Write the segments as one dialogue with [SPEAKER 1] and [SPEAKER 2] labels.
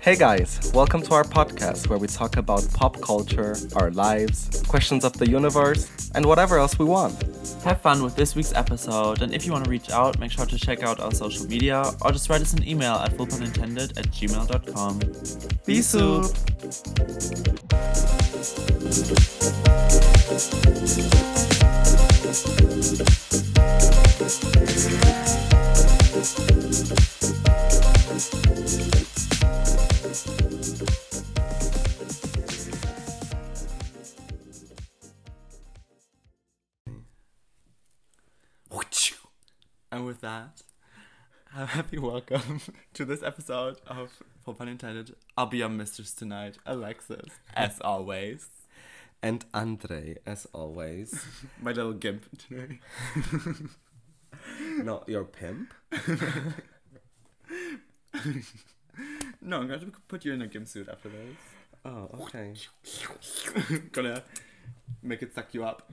[SPEAKER 1] Hey guys, welcome to our podcast where we talk about pop culture, our lives, questions of the universe, and whatever else we want.
[SPEAKER 2] Have fun with this week's episode, and if you want to reach out, make sure to check out our social media or just write us an email at fullpunintended at gmail.com.
[SPEAKER 1] Be soup!
[SPEAKER 2] And with that, a happy welcome to this episode of For Pun Intended. I'll be your mistress tonight, Alexis, as always.
[SPEAKER 1] And Andre, as always.
[SPEAKER 2] My little gimp today.
[SPEAKER 1] Not your pimp.
[SPEAKER 2] No, I'm going to put you in a gimp suit after this.
[SPEAKER 1] Oh, okay.
[SPEAKER 2] Gonna make it suck you up.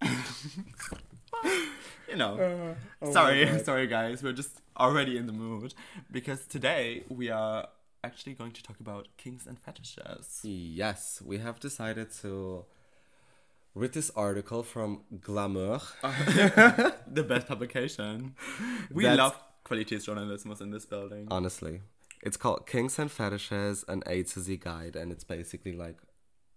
[SPEAKER 2] you know. sorry, sorry guys. We're just already in the mood because today we are actually going to talk about kinks and fetishes.
[SPEAKER 3] Yes, we have decided to read this article from Glamour.
[SPEAKER 2] the best publication. We
[SPEAKER 3] That's-
[SPEAKER 2] love quality journalism in this building.
[SPEAKER 3] Honestly, it's called Kinks and Fetishes: An A to Z Guide, and it's basically like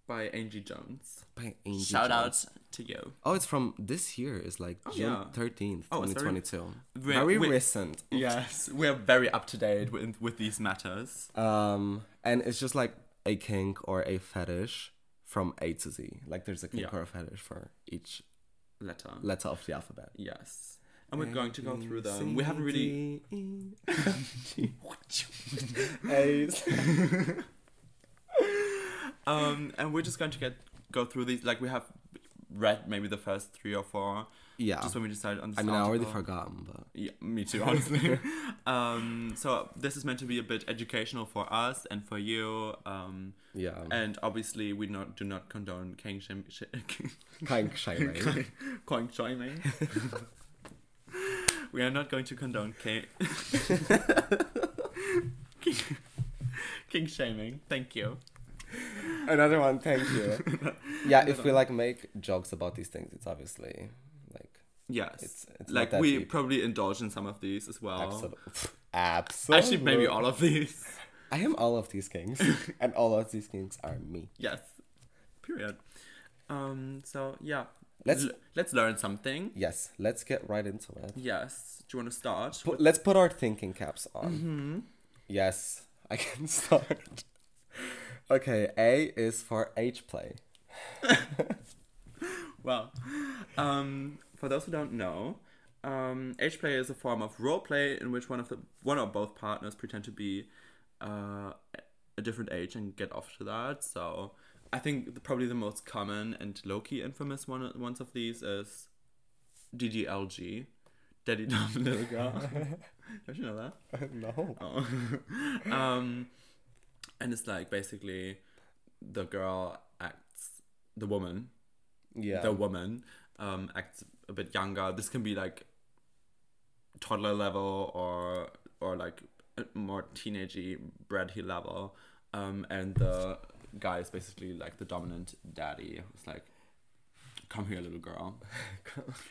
[SPEAKER 2] By Angie Jones.
[SPEAKER 3] by Angie
[SPEAKER 2] Shout
[SPEAKER 3] Jones.
[SPEAKER 2] out to you.
[SPEAKER 3] Oh, it's from this year. It's like
[SPEAKER 2] yeah.
[SPEAKER 3] June thirteenth,
[SPEAKER 2] Oh, it's
[SPEAKER 3] twenty
[SPEAKER 2] very-
[SPEAKER 3] twenty two.
[SPEAKER 2] We're-
[SPEAKER 3] Very
[SPEAKER 2] we're-
[SPEAKER 3] recent.
[SPEAKER 2] Yes, we're very up to date with, with these matters.
[SPEAKER 3] Um, and it's just like a kink or a fetish from A to Z. Like there's a kink
[SPEAKER 2] Yeah.
[SPEAKER 3] or a fetish for each
[SPEAKER 2] Letter.
[SPEAKER 3] letter of the alphabet.
[SPEAKER 2] yes. And we're going to go through them. We haven't really.
[SPEAKER 3] E.
[SPEAKER 2] Um, and we're just going to get go through these. Like we have read maybe the first three or four.
[SPEAKER 3] Yeah.
[SPEAKER 2] Just when we uh, decided on this.
[SPEAKER 3] I mean, I already
[SPEAKER 2] article.
[SPEAKER 3] forgotten, but
[SPEAKER 2] Yeah, me too, honestly. um, so this is meant to be a bit educational for us and for you. Um,
[SPEAKER 3] yeah.
[SPEAKER 2] and obviously we not do not condone king shim, sh-
[SPEAKER 3] Kink shaming.
[SPEAKER 2] coin shaming. we are not going to condone king king, king shaming. Thank you.
[SPEAKER 3] Another one, thank you. yeah, if we like make jokes about these things, it's obviously like
[SPEAKER 2] Yes,
[SPEAKER 3] It's- it's not
[SPEAKER 2] like
[SPEAKER 3] that
[SPEAKER 2] we
[SPEAKER 3] deep.
[SPEAKER 2] probably indulge in some of these as well.
[SPEAKER 3] absolute. Absolutely.
[SPEAKER 2] Oh. Actually, maybe all of these.
[SPEAKER 3] I am all of these kings, and all of these kings are me.
[SPEAKER 2] Yes. Period. Um. So yeah.
[SPEAKER 3] Let's-
[SPEAKER 2] L- let's learn something.
[SPEAKER 3] Yes, let's get right into it.
[SPEAKER 2] Yes. Do you want to start?
[SPEAKER 3] Put, let's put our thinking caps on. Yes, I can start. okay, A is for H play.
[SPEAKER 2] Well, um, for those who don't know, um, age play is a form of role play in which one of the one or both partners pretend to be uh, a different age and get off to that. So I think the, probably the most common and low key infamous one ones of these is DDLG, Daddy Dumb Little Girl. Don't you know that?
[SPEAKER 3] no.
[SPEAKER 2] Oh. um, and it's like basically the girl acts, the woman,
[SPEAKER 3] Yeah.
[SPEAKER 2] the woman, um, acts a bit younger. This can be like toddler level or or like a more teenagey bratty level. Um, and the guy is basically like the dominant daddy. It's like, come here, little girl.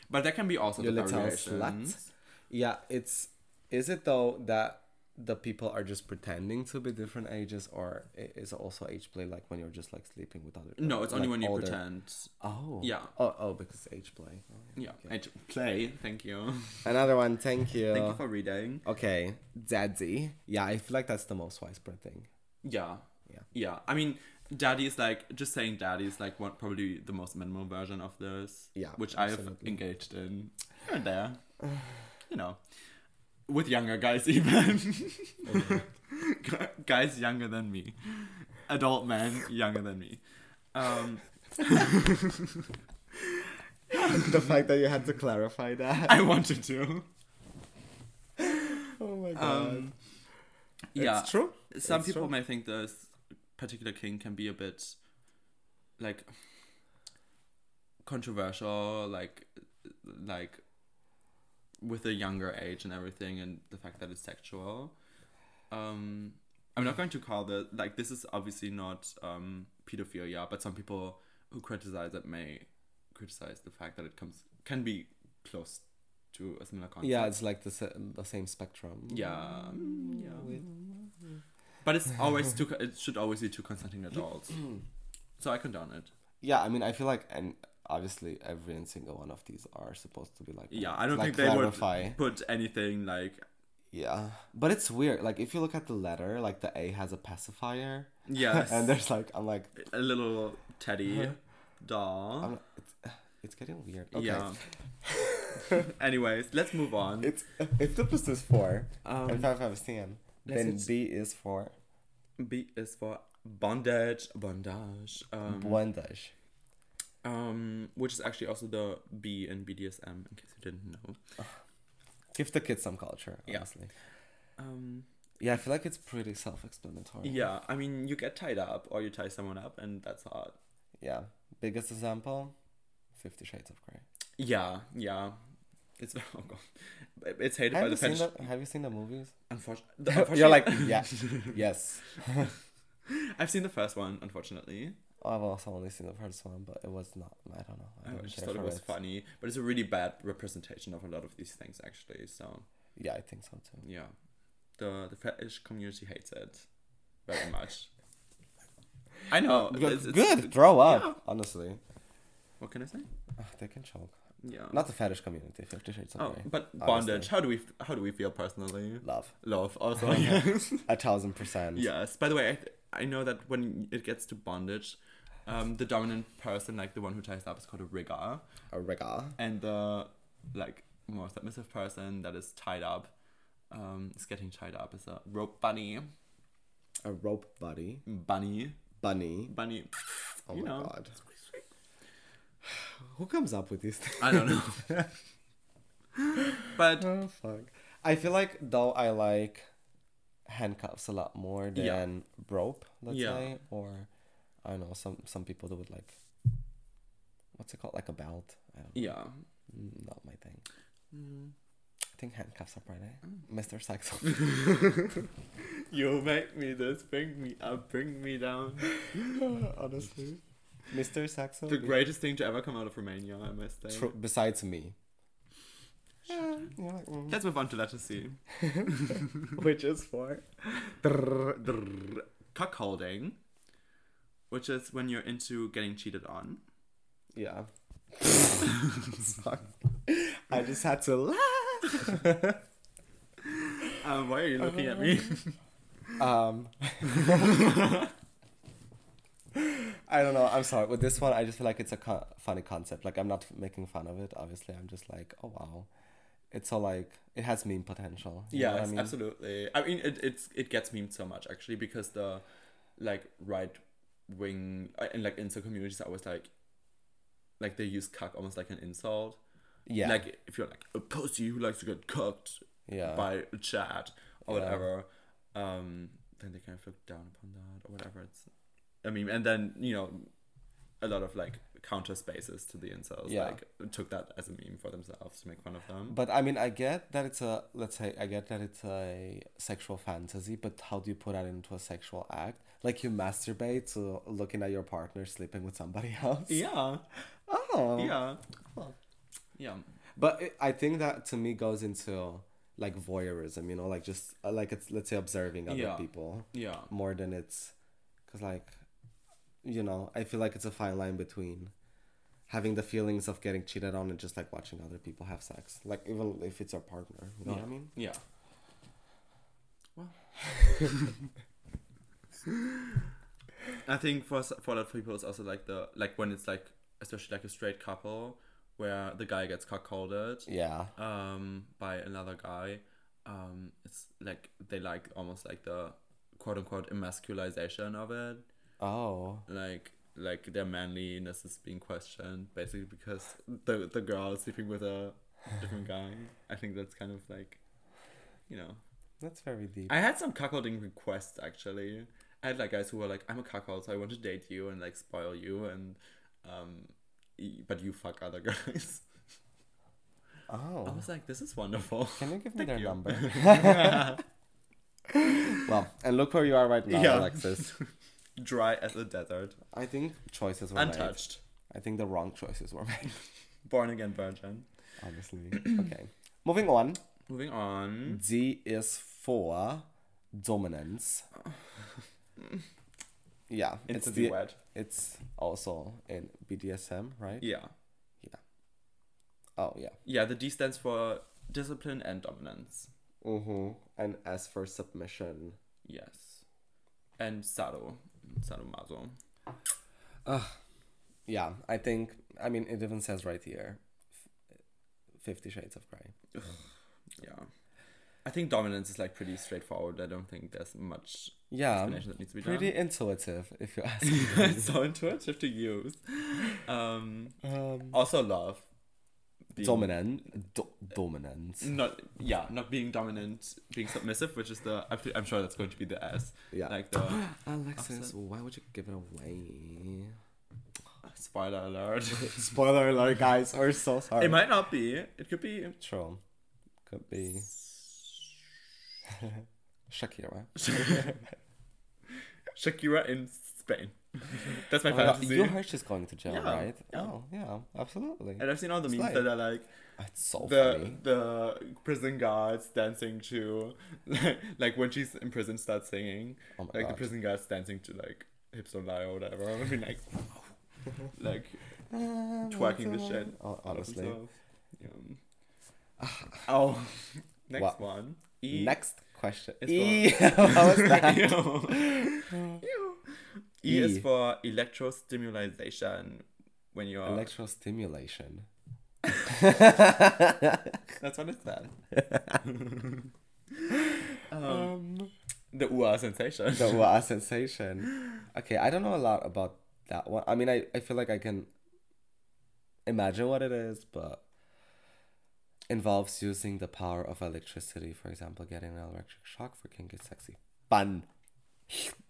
[SPEAKER 2] but there can be also
[SPEAKER 3] You
[SPEAKER 2] the
[SPEAKER 3] little
[SPEAKER 2] variations.
[SPEAKER 3] Yeah, it's is it though that the people are just pretending to be different ages, or i- is it also age play like when you're just like sleeping with other?
[SPEAKER 2] No, it's only
[SPEAKER 3] like,
[SPEAKER 2] when you
[SPEAKER 3] older-
[SPEAKER 2] pretend.
[SPEAKER 3] Oh.
[SPEAKER 2] Yeah.
[SPEAKER 3] Oh, oh, because age play.
[SPEAKER 2] Yeah, age play. Thank you.
[SPEAKER 3] Another one. Thank you.
[SPEAKER 2] Thank you for reading.
[SPEAKER 3] okay, daddy. Yeah, I feel like that's the most widespread thing.
[SPEAKER 2] Yeah.
[SPEAKER 3] Yeah.
[SPEAKER 2] Yeah. I mean, daddy is like just saying daddy is like one probably the most minimal version of this.
[SPEAKER 3] Yeah,
[SPEAKER 2] Which I have
[SPEAKER 3] absolutely.
[SPEAKER 2] engaged in here and there. you know, with younger guys even. Gu- guys younger than me, adult men younger than me. Um,
[SPEAKER 3] the fact that you had to clarify that.
[SPEAKER 2] I wanted to.
[SPEAKER 3] Oh my god.
[SPEAKER 2] Um, yeah.
[SPEAKER 3] It's true.
[SPEAKER 2] Some
[SPEAKER 3] It's
[SPEAKER 2] people
[SPEAKER 3] true.
[SPEAKER 2] may think this particular king can be a bit like controversial, like like with a younger age and everything, and the fact that it's sexual. Um, I'm not going to call the like this is obviously not um pedophilia, but some people who criticize it may criticize the fact that it comes can be close to a similar concept.
[SPEAKER 3] Yeah, it's like the sa- the same spectrum.
[SPEAKER 2] Yeah. mm, yeah. But it's always two. It should always be two consenting adults. so I condone it.
[SPEAKER 3] Yeah, I mean, I feel like, and obviously, every and single one of these are supposed to be like.
[SPEAKER 2] Yeah, I don't
[SPEAKER 3] like
[SPEAKER 2] think they
[SPEAKER 3] clarify.
[SPEAKER 2] would put anything like.
[SPEAKER 3] Yeah, but it's weird. Like, if you look at the letter, like the A has a pacifier,
[SPEAKER 2] Yes,
[SPEAKER 3] and there's like, I'm like,
[SPEAKER 2] a little teddy doll.
[SPEAKER 3] I'm, it's, it's getting weird. Okay.
[SPEAKER 2] Yeah. Anyways, let's move on.
[SPEAKER 3] It's if the plus is four
[SPEAKER 2] Um,
[SPEAKER 3] and five five is ten,
[SPEAKER 2] let's
[SPEAKER 3] then
[SPEAKER 2] just-
[SPEAKER 3] B is for
[SPEAKER 2] B is for bondage, bondage, um,
[SPEAKER 3] bondage.
[SPEAKER 2] um, which is actually also the B in BDSM, in case you didn't know.
[SPEAKER 3] Give the kids some culture,
[SPEAKER 2] Yeah.
[SPEAKER 3] honestly.
[SPEAKER 2] Um,
[SPEAKER 3] Yeah, I feel like it's pretty self-explanatory.
[SPEAKER 2] yeah, I mean, you get tied up or you tie someone up, and that's hard.
[SPEAKER 3] Yeah. Biggest example, Fifty Shades of Grey.
[SPEAKER 2] Yeah, yeah, it's oh god, it's hated by
[SPEAKER 3] Have
[SPEAKER 2] the Oh,
[SPEAKER 3] you, seen
[SPEAKER 2] pen.
[SPEAKER 3] the, have you seen the movies?
[SPEAKER 2] Unfortunately,
[SPEAKER 3] You're like, yeah, yes.
[SPEAKER 2] I've seen the first one. Unfortunately,
[SPEAKER 3] I've also only seen the first one, but it was not. I don't know. I,
[SPEAKER 2] I
[SPEAKER 3] don't
[SPEAKER 2] just
[SPEAKER 3] care
[SPEAKER 2] thought it
[SPEAKER 3] Oh, for
[SPEAKER 2] was funny, but it's a really bad representation of a lot of these things, actually. So
[SPEAKER 3] Yeah, I think so too.
[SPEAKER 2] yeah, the the fetish community hates it very much. I know.
[SPEAKER 3] Good,
[SPEAKER 2] it's- it's-
[SPEAKER 3] good, throw up. Honestly,
[SPEAKER 2] What can I say?
[SPEAKER 3] Ugh, they can choke.
[SPEAKER 2] Yeah.
[SPEAKER 3] Not the fetish community. Fifty Shades of
[SPEAKER 2] oh,
[SPEAKER 3] Grey.
[SPEAKER 2] but
[SPEAKER 3] honestly.
[SPEAKER 2] bondage. How do we how do we feel personally?
[SPEAKER 3] Love,
[SPEAKER 2] Love also. yes.
[SPEAKER 3] a thousand percent.
[SPEAKER 2] yes. By the way, I, th- I know that when it gets to bondage, um, the dominant person, like the one who ties up, is called a rigger,
[SPEAKER 3] A regga.
[SPEAKER 2] and the like more submissive person that is tied up, um, is getting tied up is a rope bunny,
[SPEAKER 3] A rope buddy.
[SPEAKER 2] bunny,
[SPEAKER 3] Bunny.
[SPEAKER 2] bunny.
[SPEAKER 3] Oh
[SPEAKER 2] You
[SPEAKER 3] my
[SPEAKER 2] know.
[SPEAKER 3] god. Who comes up with these things?
[SPEAKER 2] I don't know. but
[SPEAKER 3] Oh fuck. I feel like though I like handcuffs a lot more than
[SPEAKER 2] Yeah.
[SPEAKER 3] rope, let's
[SPEAKER 2] Yeah.
[SPEAKER 3] say. Or I don't know, some some people that would like what's it called? Like a belt. I don't know.
[SPEAKER 2] yeah,
[SPEAKER 3] Mm, Not my thing.
[SPEAKER 2] Mm.
[SPEAKER 3] I think handcuffs are pretty. Mr. Saxo.
[SPEAKER 2] you make me this, bring me up, bring me down.
[SPEAKER 3] Honestly. Mr. Saxo.
[SPEAKER 2] The greatest thing to ever come out of Romania, I must say.
[SPEAKER 3] Tr- besides me. Yeah, you're like, mm.
[SPEAKER 2] Let's move on to letter C.
[SPEAKER 3] Which is for
[SPEAKER 2] Cuckolding, which is when you're into getting cheated on.
[SPEAKER 3] Yeah. Sorry. I just had to laugh.
[SPEAKER 2] Um, why are you looking at me?
[SPEAKER 3] Uh-huh. Um, I don't know. I'm sorry. With this one, I just feel like it's a co- funny concept. Like, I'm not making fun of it, obviously. I'm just like, oh, wow. It's so, like, it has meme potential. you know
[SPEAKER 2] yes,
[SPEAKER 3] what I mean?
[SPEAKER 2] absolutely. I mean, it, it's it gets memed so much actually because the like right wing and like insta communities are always like like they use cuck almost like an insult.
[SPEAKER 3] Yeah.
[SPEAKER 2] Like if you're like a pussy who likes to get cooked,
[SPEAKER 3] yeah.
[SPEAKER 2] by a chat or
[SPEAKER 3] Yeah.
[SPEAKER 2] whatever, um, then they kind of look down upon that or whatever. It's, I mean, and then you know, a lot of like counter spaces to the incels
[SPEAKER 3] Yeah.
[SPEAKER 2] like took that as a meme for themselves to make fun of them.
[SPEAKER 3] But I mean, I get that it's a let's say I get that it's a sexual fantasy, but how do you put that into a sexual act? Like you masturbate to looking at your partner sleeping with somebody else.
[SPEAKER 2] Yeah,
[SPEAKER 3] Oh.
[SPEAKER 2] yeah,
[SPEAKER 3] Cool.
[SPEAKER 2] yeah,
[SPEAKER 3] But it, I think that to me goes into like voyeurism, you know, like just uh, like it's let's say observing other
[SPEAKER 2] Yeah.
[SPEAKER 3] people
[SPEAKER 2] yeah.
[SPEAKER 3] more than it's because like you know I feel like it's a fine line between having the feelings of getting cheated on and just like watching other people have sex, like even if it's your partner, you know what I mean?
[SPEAKER 2] Yeah. I think for s- for a lot of people, it's also like the like when it's like especially like a straight couple where the guy gets cuckolded
[SPEAKER 3] Yeah.
[SPEAKER 2] um by another guy um it's like they like almost like the quote unquote emasculization of it
[SPEAKER 3] Oh.
[SPEAKER 2] like like their manliness is being questioned basically because the the girl is sleeping with a different guy i think that's kind of like you know
[SPEAKER 3] That's very deep.
[SPEAKER 2] I had some cuckolding requests actually. I had like guys who were like, "I'm a cuckold, so I want to date you and like spoil you, and um, y- but you fuck other guys."
[SPEAKER 3] Oh.
[SPEAKER 2] Oh. I was like, "This is wonderful."
[SPEAKER 3] Can you Oh, give me
[SPEAKER 2] Thank
[SPEAKER 3] their
[SPEAKER 2] you.
[SPEAKER 3] number? Well, and look where you are right now,
[SPEAKER 2] Yeah.
[SPEAKER 3] Alexis.
[SPEAKER 2] Dry as a desert.
[SPEAKER 3] I think choices were made.
[SPEAKER 2] Untouched.
[SPEAKER 3] I think the wrong choices were made.
[SPEAKER 2] Born again virgin.
[SPEAKER 3] Honestly. okay. Moving on.
[SPEAKER 2] Moving on.
[SPEAKER 3] D is for dominance. Yeah,
[SPEAKER 2] Into the
[SPEAKER 3] the-
[SPEAKER 2] wet.
[SPEAKER 3] It's also in BDSM, right?
[SPEAKER 2] Yeah.
[SPEAKER 3] Oh yeah.
[SPEAKER 2] Yeah, the D stands for discipline and dominance.
[SPEAKER 3] Mm-hmm. And as for submission,
[SPEAKER 2] Yes. And Sado. Sadomaso.
[SPEAKER 3] yeah, I think I mean it even says right here, f- Fifty Shades of Grey.
[SPEAKER 2] Yeah. I think dominance is like pretty straightforward. I don't think there's much
[SPEAKER 3] Yeah,
[SPEAKER 2] explanation that needs to be done.
[SPEAKER 3] Um, pretty intuitive if you ask. me.
[SPEAKER 2] it's so intuitive to use. Um,
[SPEAKER 3] um,
[SPEAKER 2] also love. Being-
[SPEAKER 3] dominant, do- dominance.
[SPEAKER 2] Not yeah, not being dominant, being submissive, which is the I'm, I'm sure that's going to be the S.
[SPEAKER 3] Yeah.
[SPEAKER 2] Like the
[SPEAKER 3] Alexis,
[SPEAKER 2] Upset.
[SPEAKER 3] why would you give it away?
[SPEAKER 2] spoiler alert.
[SPEAKER 3] Spoiler alert, guys. We're so sorry.
[SPEAKER 2] it might not be. It could be
[SPEAKER 3] True. Could be Shakira.
[SPEAKER 2] Shakira in Spain. That's my
[SPEAKER 3] Oh my God,
[SPEAKER 2] fantasy.
[SPEAKER 3] you heard she's going to jail,
[SPEAKER 2] Yeah,
[SPEAKER 3] right?
[SPEAKER 2] yeah.
[SPEAKER 3] Oh, yeah, absolutely.
[SPEAKER 2] and I've seen all the memes
[SPEAKER 3] Slay.
[SPEAKER 2] that are like
[SPEAKER 3] It's so
[SPEAKER 2] the
[SPEAKER 3] funny.
[SPEAKER 2] the prison guards dancing to like, like when she's in prison starts singing
[SPEAKER 3] Oh my
[SPEAKER 2] like the
[SPEAKER 3] God.
[SPEAKER 2] prison guards dancing to like hips don't lie or whatever I mean like like twerking the shit
[SPEAKER 3] Oh, honestly.
[SPEAKER 2] out of themselves. Yeah. oh next
[SPEAKER 3] Wow.
[SPEAKER 2] one E
[SPEAKER 3] Next question.
[SPEAKER 2] It's Oh
[SPEAKER 3] E. what was that?
[SPEAKER 2] Ew. E is
[SPEAKER 3] E.
[SPEAKER 2] for electrostimulation when you're
[SPEAKER 3] Electrostimulation.
[SPEAKER 2] that's what it's said um, the ooh sensation
[SPEAKER 3] the wow sensation. Okay, I don't know a lot about that one. I mean, I, I feel like I can imagine what it is, but involves using the power of electricity. For example, getting an electric shock for kinky sexy fun.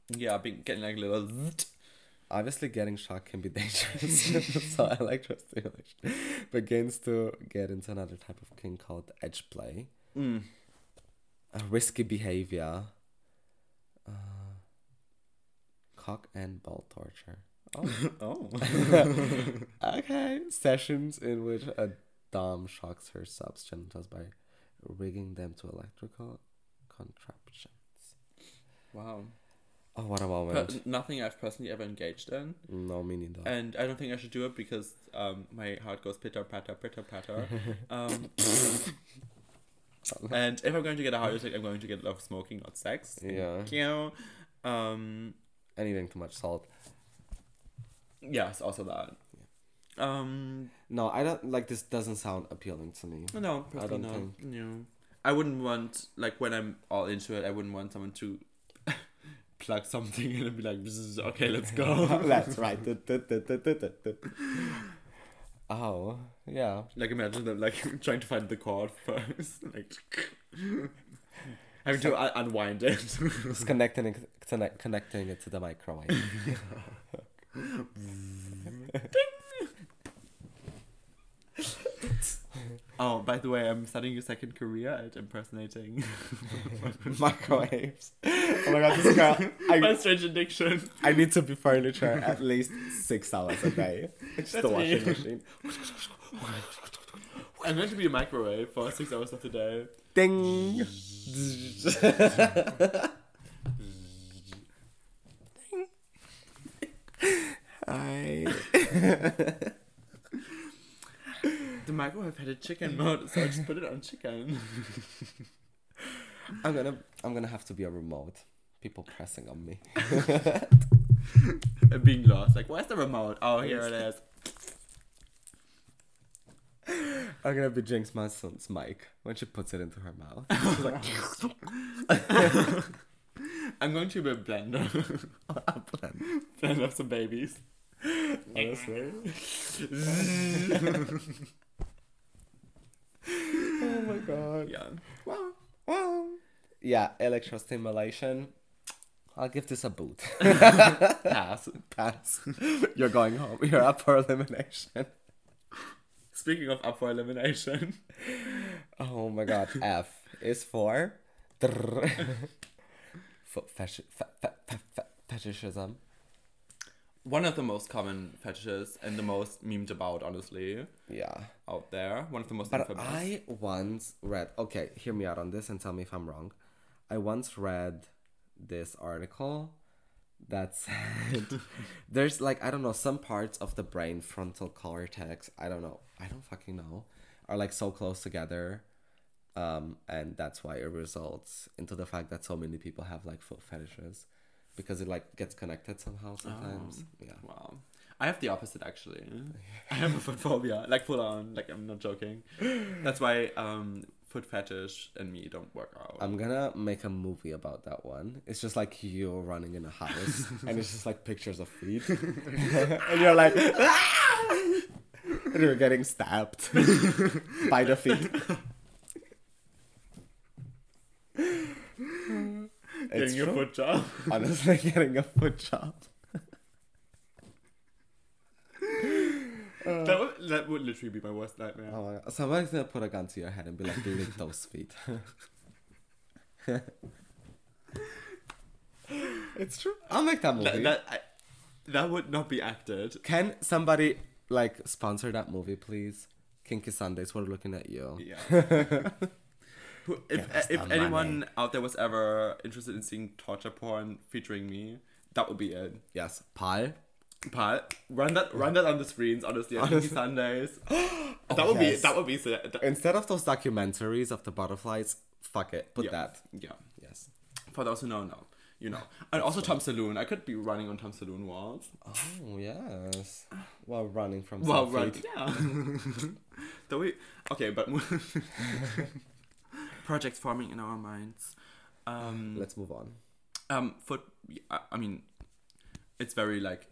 [SPEAKER 2] Yeah, I've been getting like a little. zzzt.
[SPEAKER 3] Obviously, getting shocked can be dangerous, so electrostimulation begins to get into another type of king called edge play.
[SPEAKER 2] Mm.
[SPEAKER 3] A risky behavior. Uh, cock and ball torture. Oh,
[SPEAKER 2] Oh.
[SPEAKER 3] okay. Sessions in which a dom shocks her subs genitals by rigging them to electrical contraptions.
[SPEAKER 2] wow.
[SPEAKER 3] Oh, what a
[SPEAKER 2] Per-
[SPEAKER 3] moment.
[SPEAKER 2] nothing I've personally ever engaged in.
[SPEAKER 3] No, me neither.
[SPEAKER 2] And I don't think I should do it because um, my heart goes pitter patter, pitter patter. Um, and if I'm going to get a heart attack, I'm going to get love smoking, not sex.
[SPEAKER 3] Yeah.
[SPEAKER 2] Thank you. Um,
[SPEAKER 3] And eating too much salt.
[SPEAKER 2] yes, also that. Um,
[SPEAKER 3] No, I don't like this. Doesn't sound appealing to me.
[SPEAKER 2] no, probably
[SPEAKER 3] don't
[SPEAKER 2] not.
[SPEAKER 3] think-
[SPEAKER 2] No. I wouldn't want, like, when I'm all into it, I wouldn't want someone to plug something in and be like, "Bzzz, okay, let's go.
[SPEAKER 3] That's right. Du- du- du- du- du- du- du. oh yeah.
[SPEAKER 2] Like imagine them like trying to find the chord first, like having to un- unwind it.
[SPEAKER 3] Just connecting it, connect- connecting it to the microwave.
[SPEAKER 2] oh, by the way, I'm starting a second career at impersonating
[SPEAKER 3] Microwaves. Oh my god, this girl.
[SPEAKER 2] my
[SPEAKER 3] I,
[SPEAKER 2] strange addiction.
[SPEAKER 3] I need to be furniture at least six hours a day. It's
[SPEAKER 2] That's
[SPEAKER 3] the washing
[SPEAKER 2] me.
[SPEAKER 3] machine.
[SPEAKER 2] I'm going to be a microwave for six hours of the day.
[SPEAKER 3] Ding. Hi.
[SPEAKER 2] The microwave had a chicken mode, so I just put it on chicken.
[SPEAKER 3] I'm gonna I'm gonna have to be a remote. People pressing on me.
[SPEAKER 2] And being lost, like where's the remote? Oh, here it is.
[SPEAKER 3] I'm gonna be Jinx Manson's mic when she puts it into her mouth.
[SPEAKER 2] I'm going to be a blender. blender of some babies. Honestly.
[SPEAKER 3] oh my god.
[SPEAKER 2] yeah.
[SPEAKER 3] Wow. Wow. Yeah, electrostimulation. I'll give this a boot.
[SPEAKER 2] Pass.
[SPEAKER 3] Pass. You're going home. You're up for elimination.
[SPEAKER 2] Speaking of up for elimination,
[SPEAKER 3] Oh my god. F is for f- fesh- fe- fe- fe- fe- fetishism.
[SPEAKER 2] One of the most common fetishes and the most memed about, honestly,
[SPEAKER 3] Yeah.
[SPEAKER 2] out there. One of the most
[SPEAKER 3] But
[SPEAKER 2] infamous.
[SPEAKER 3] I once read, okay, hear me out on this and tell me if I'm wrong. I once read this article that said there's like, I don't know, some parts of the brain, frontal cortex, I don't know, I don't fucking know, are like so close together. Um, and that's why it results into the fact that so many people have like foot fetishes because it like gets connected somehow sometimes.
[SPEAKER 2] Oh.
[SPEAKER 3] Yeah.
[SPEAKER 2] Wow. I have the opposite actually. I have a foot phobia, like full on, like I'm not joking. That's why um foot fetish and me don't work out.
[SPEAKER 3] I'm gonna make a movie about that one. It's just like you running in a house, and it's just like pictures of feet, and you're like, "Ah!" and you're getting stabbed by the feet. It's
[SPEAKER 2] Getting your
[SPEAKER 3] true.
[SPEAKER 2] foot job.
[SPEAKER 3] Honestly, getting a foot job.
[SPEAKER 2] that would that would literally be my worst nightmare.
[SPEAKER 3] Oh my god! Somebody's gonna put a gun to your head and be like, "Lick those feet." it's true. I'll make that movie.
[SPEAKER 2] that, that, I, that would not be acted.
[SPEAKER 3] Can somebody like sponsor that movie, please? Kinky Sundays, we're looking at you.
[SPEAKER 2] Yeah. Who- if
[SPEAKER 3] Give us
[SPEAKER 2] if
[SPEAKER 3] the
[SPEAKER 2] anyone out there was ever interested in seeing torture porn featuring me, that would be it.
[SPEAKER 3] Yes, pie.
[SPEAKER 2] But run that run that on the screens, honestly. on Kinky Sundays. that would
[SPEAKER 3] Oh, yes.
[SPEAKER 2] be that would be so- that-
[SPEAKER 3] Instead of those documentaries of the butterflies, fuck it, put
[SPEAKER 2] yeah.
[SPEAKER 3] that.
[SPEAKER 2] Yeah.
[SPEAKER 3] Yes.
[SPEAKER 2] For those who know, no. You know. And also Tom Saloon. I could be running on Tom Saloon walls.
[SPEAKER 3] Oh yes. While running from
[SPEAKER 2] Well,
[SPEAKER 3] some
[SPEAKER 2] right.
[SPEAKER 3] feet.
[SPEAKER 2] Yeah. Though we okay, but projects forming in our minds. Um,
[SPEAKER 3] Let's move on.
[SPEAKER 2] um, foot. I, I mean, it's very like,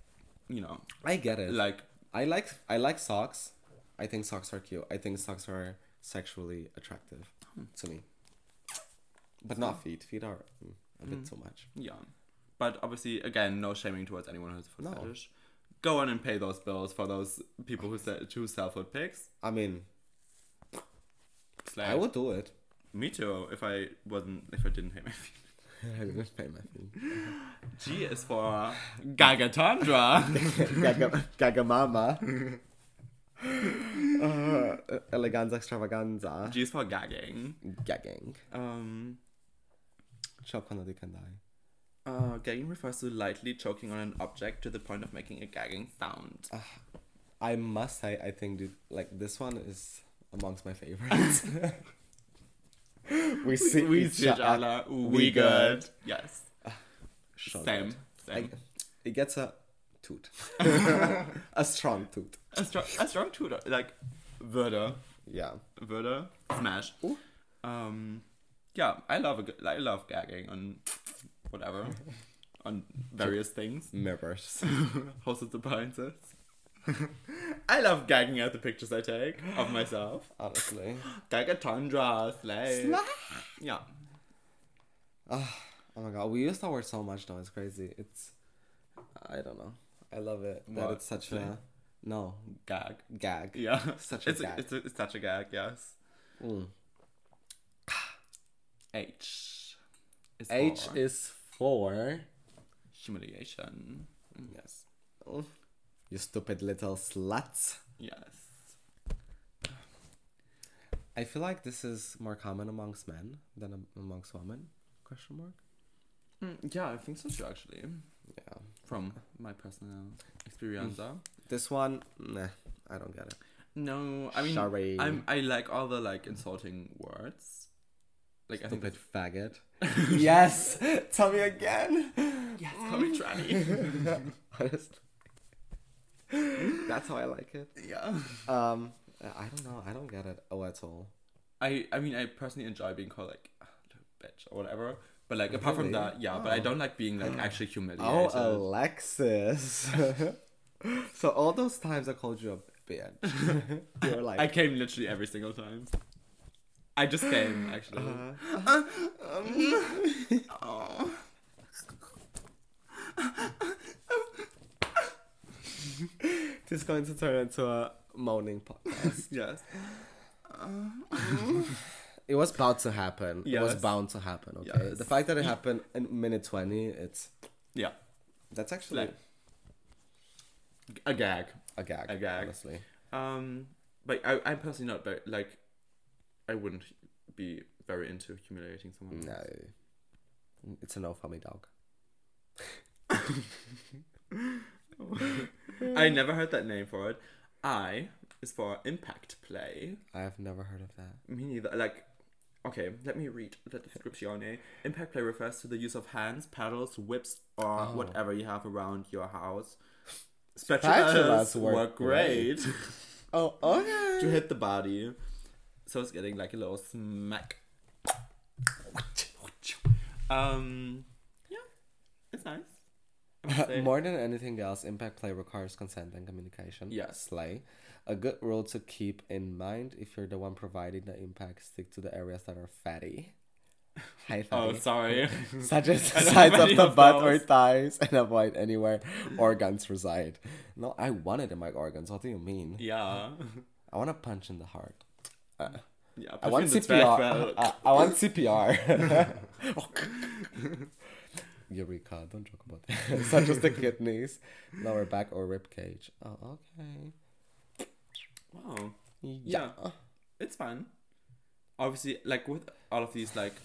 [SPEAKER 2] you know,
[SPEAKER 3] I get it.
[SPEAKER 2] like
[SPEAKER 3] I like I like socks. I think socks are cute. I think socks are sexually attractive to me. But not feet. Feet are mm, a bit too much.
[SPEAKER 2] yeah. But obviously, again, no shaming towards anyone who has a foot
[SPEAKER 3] No.
[SPEAKER 2] fetish. Go on and pay those bills for those people who se- who sell foot pics.
[SPEAKER 3] I mean,
[SPEAKER 2] Slay.
[SPEAKER 3] I would do it.
[SPEAKER 2] Me too. If I wasn't, if I didn't hate my feet.
[SPEAKER 3] I didn't pay my fee.
[SPEAKER 2] G is for Gagatandra.
[SPEAKER 3] Gaga, Gaga Mama. uh, eleganza extravaganza.
[SPEAKER 2] G is for gagging.
[SPEAKER 3] Gagging.
[SPEAKER 2] Um,
[SPEAKER 3] Ciao quando ti candai.
[SPEAKER 2] uh, gagging refers to lightly choking on an object to the point of making a gagging sound.
[SPEAKER 3] Ah, I must say, I think, dude, like this one is amongst my favorites. we see
[SPEAKER 2] we
[SPEAKER 3] each
[SPEAKER 2] stitch
[SPEAKER 3] other.
[SPEAKER 2] other. We,
[SPEAKER 3] we
[SPEAKER 2] good. Yes.
[SPEAKER 3] So
[SPEAKER 2] Same.
[SPEAKER 3] good.
[SPEAKER 2] Same.
[SPEAKER 3] It gets a toot. a strong toot.
[SPEAKER 2] A strong, a strong two do- like Werder,
[SPEAKER 3] Yeah.
[SPEAKER 2] Werder smash.
[SPEAKER 3] Ooh.
[SPEAKER 2] Um, yeah, I love a good, I love gagging on whatever, on various things.
[SPEAKER 3] Mirrors.
[SPEAKER 2] Hosted appliances. I love gagging at the pictures I take of myself.
[SPEAKER 3] Honestly.
[SPEAKER 2] Gagatandra, slay.
[SPEAKER 3] Slay.
[SPEAKER 2] Yeah.
[SPEAKER 3] Oh my god, we use that word so much now. It's crazy. It's, I don't know. I love it. That
[SPEAKER 2] What?
[SPEAKER 3] it's such
[SPEAKER 2] Like-
[SPEAKER 3] a no
[SPEAKER 2] Gag.
[SPEAKER 3] gag.
[SPEAKER 2] Yeah.
[SPEAKER 3] Such a
[SPEAKER 2] it's
[SPEAKER 3] gag.
[SPEAKER 2] it's, it's such a gag, yes.
[SPEAKER 3] Mm.
[SPEAKER 2] H. Is
[SPEAKER 3] H
[SPEAKER 2] for
[SPEAKER 3] is for
[SPEAKER 2] humiliation. Mm.
[SPEAKER 3] yes. You stupid little sluts.
[SPEAKER 2] Yes.
[SPEAKER 3] I feel like this is more common amongst men than am- amongst women. Question mark.
[SPEAKER 2] Mm, yeah, I think so too, actually.
[SPEAKER 3] Yeah.
[SPEAKER 2] From my personal
[SPEAKER 3] Mm.
[SPEAKER 2] experience.
[SPEAKER 3] This one, nah, I don't get it.
[SPEAKER 2] No, I mean,
[SPEAKER 3] Sorry.
[SPEAKER 2] I'm, I like all the like insulting words. Like, I think
[SPEAKER 3] Stupid faggot. yes. Tell me again.
[SPEAKER 2] that's. Yes, call me tranny.
[SPEAKER 3] Honestly. That's how I like it.
[SPEAKER 2] yeah.
[SPEAKER 3] Um, I don't know. I don't get it. Oh, at all.
[SPEAKER 2] I I mean I personally enjoy being called like "Ah, little bitch or whatever. But like apart from
[SPEAKER 3] Really?
[SPEAKER 2] that, yeah. But I
[SPEAKER 3] Oh.
[SPEAKER 2] don't like being like actually
[SPEAKER 3] Oh,
[SPEAKER 2] humiliated.
[SPEAKER 3] Alexis. so all those times I called you a bitch, you were
[SPEAKER 2] I
[SPEAKER 3] like,
[SPEAKER 2] came literally every single time. I just came actually. oh.
[SPEAKER 3] "This is going to turn into a moaning podcast."
[SPEAKER 2] Yes.
[SPEAKER 3] It was about to happen. It was
[SPEAKER 2] Yes.
[SPEAKER 3] bound to happen. Okay.
[SPEAKER 2] Yes.
[SPEAKER 3] The fact that it happened in minute twenty, it's
[SPEAKER 2] Yeah.
[SPEAKER 3] that's actually
[SPEAKER 2] Like, a gag.
[SPEAKER 3] a gag.
[SPEAKER 2] a gag.
[SPEAKER 3] Honestly,
[SPEAKER 2] Um, but I, I'm personally not very, like, I wouldn't be very into humiliating someone.
[SPEAKER 3] no. It's a no for me, dog.
[SPEAKER 2] I never heard that name for it. I is for impact play.
[SPEAKER 3] I've never heard of that.
[SPEAKER 2] Me neither. Like, okay, let me read the description. Impact play refers to the use of hands, paddles, whips, or
[SPEAKER 3] Oh.
[SPEAKER 2] whatever you have around your house. Spatulas,
[SPEAKER 3] Spatulas
[SPEAKER 2] work,
[SPEAKER 3] work
[SPEAKER 2] great
[SPEAKER 3] Oh,
[SPEAKER 2] to
[SPEAKER 3] okay.
[SPEAKER 2] hit the body. So it's getting like a little smack. Um, yeah, it's nice. I would say-
[SPEAKER 3] More than anything else, impact play requires consent and communication.
[SPEAKER 2] Yeah.
[SPEAKER 3] Slay. A good rule to keep in mind if you're the one providing the impact, stick to the areas that are fatty. High
[SPEAKER 2] oh,
[SPEAKER 3] fatty.
[SPEAKER 2] sorry.
[SPEAKER 3] such as the
[SPEAKER 2] don't
[SPEAKER 3] sides
[SPEAKER 2] have
[SPEAKER 3] of
[SPEAKER 2] any
[SPEAKER 3] the
[SPEAKER 2] of
[SPEAKER 3] butt or
[SPEAKER 2] those.
[SPEAKER 3] thighs and avoid anywhere organs reside. No, I want it in my organs. What do you mean?
[SPEAKER 2] yeah.
[SPEAKER 3] I want a punch in the heart.
[SPEAKER 2] Yeah,
[SPEAKER 3] I want
[SPEAKER 2] pushing the
[SPEAKER 3] CPR.
[SPEAKER 2] Zwerchfell.
[SPEAKER 3] I, I want CPR. Oh, Eureka, don't joke about that. Such as the kidneys, lower back, or rib cage. Oh, okay.
[SPEAKER 2] Wow.
[SPEAKER 3] Yeah.
[SPEAKER 2] it's fun. Obviously, like with all of these, like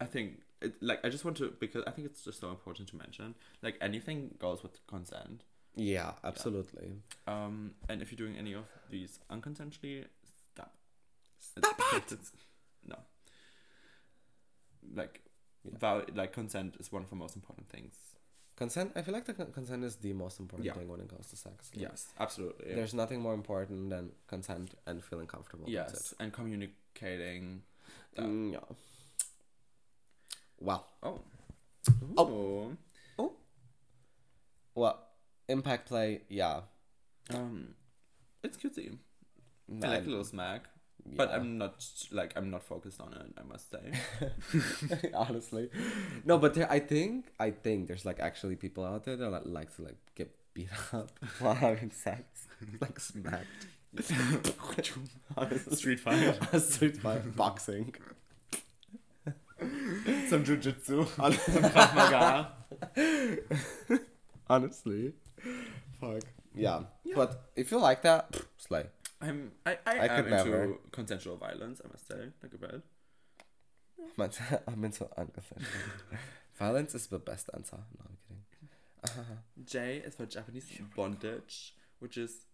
[SPEAKER 2] I think, it, like I just want to because I think it's just so important to mention. Like anything goes with consent.
[SPEAKER 3] Yeah, absolutely.
[SPEAKER 2] Um, and if you're doing any of these unconsensually, stop. Stop it. no. Like,
[SPEAKER 3] Yeah.
[SPEAKER 2] vow, like consent is one of the most important things.
[SPEAKER 3] Consent, I feel like the con- consent is the most important
[SPEAKER 2] Yeah.
[SPEAKER 3] thing when it comes to sex. Like,
[SPEAKER 2] Yes, absolutely.
[SPEAKER 3] There's nothing more important than consent and feeling comfortable. That's it.
[SPEAKER 2] yes, and communicating. that.
[SPEAKER 3] Mm, yeah. Wow.
[SPEAKER 2] Oh.
[SPEAKER 3] Oh.
[SPEAKER 2] Ooh.
[SPEAKER 3] Well, impact play, yeah.
[SPEAKER 2] Um, it's cutesy.
[SPEAKER 3] No,
[SPEAKER 2] I like
[SPEAKER 3] I-
[SPEAKER 2] a little smack, but
[SPEAKER 3] yeah.
[SPEAKER 2] I'm not like I'm not focused on it. I must say.
[SPEAKER 3] honestly. No, but there, I think I think there's like actually people out there that like, like to like get beat up while having sex, like smacked. Honestly.
[SPEAKER 2] Street fight,
[SPEAKER 3] Street fight, boxing.
[SPEAKER 2] some jujitsu, some Krav Maga.
[SPEAKER 3] Honestly, fuck. Yeah. but if you like that, pff, slay.
[SPEAKER 2] I'm I I,
[SPEAKER 3] I
[SPEAKER 2] am
[SPEAKER 3] could
[SPEAKER 2] into
[SPEAKER 3] never.
[SPEAKER 2] consensual violence. I must say, like a bit.
[SPEAKER 3] I'm into, I'm into unconsensual. Violence is the best answer. No, I'm kidding.
[SPEAKER 2] J is for Japanese bondage, which is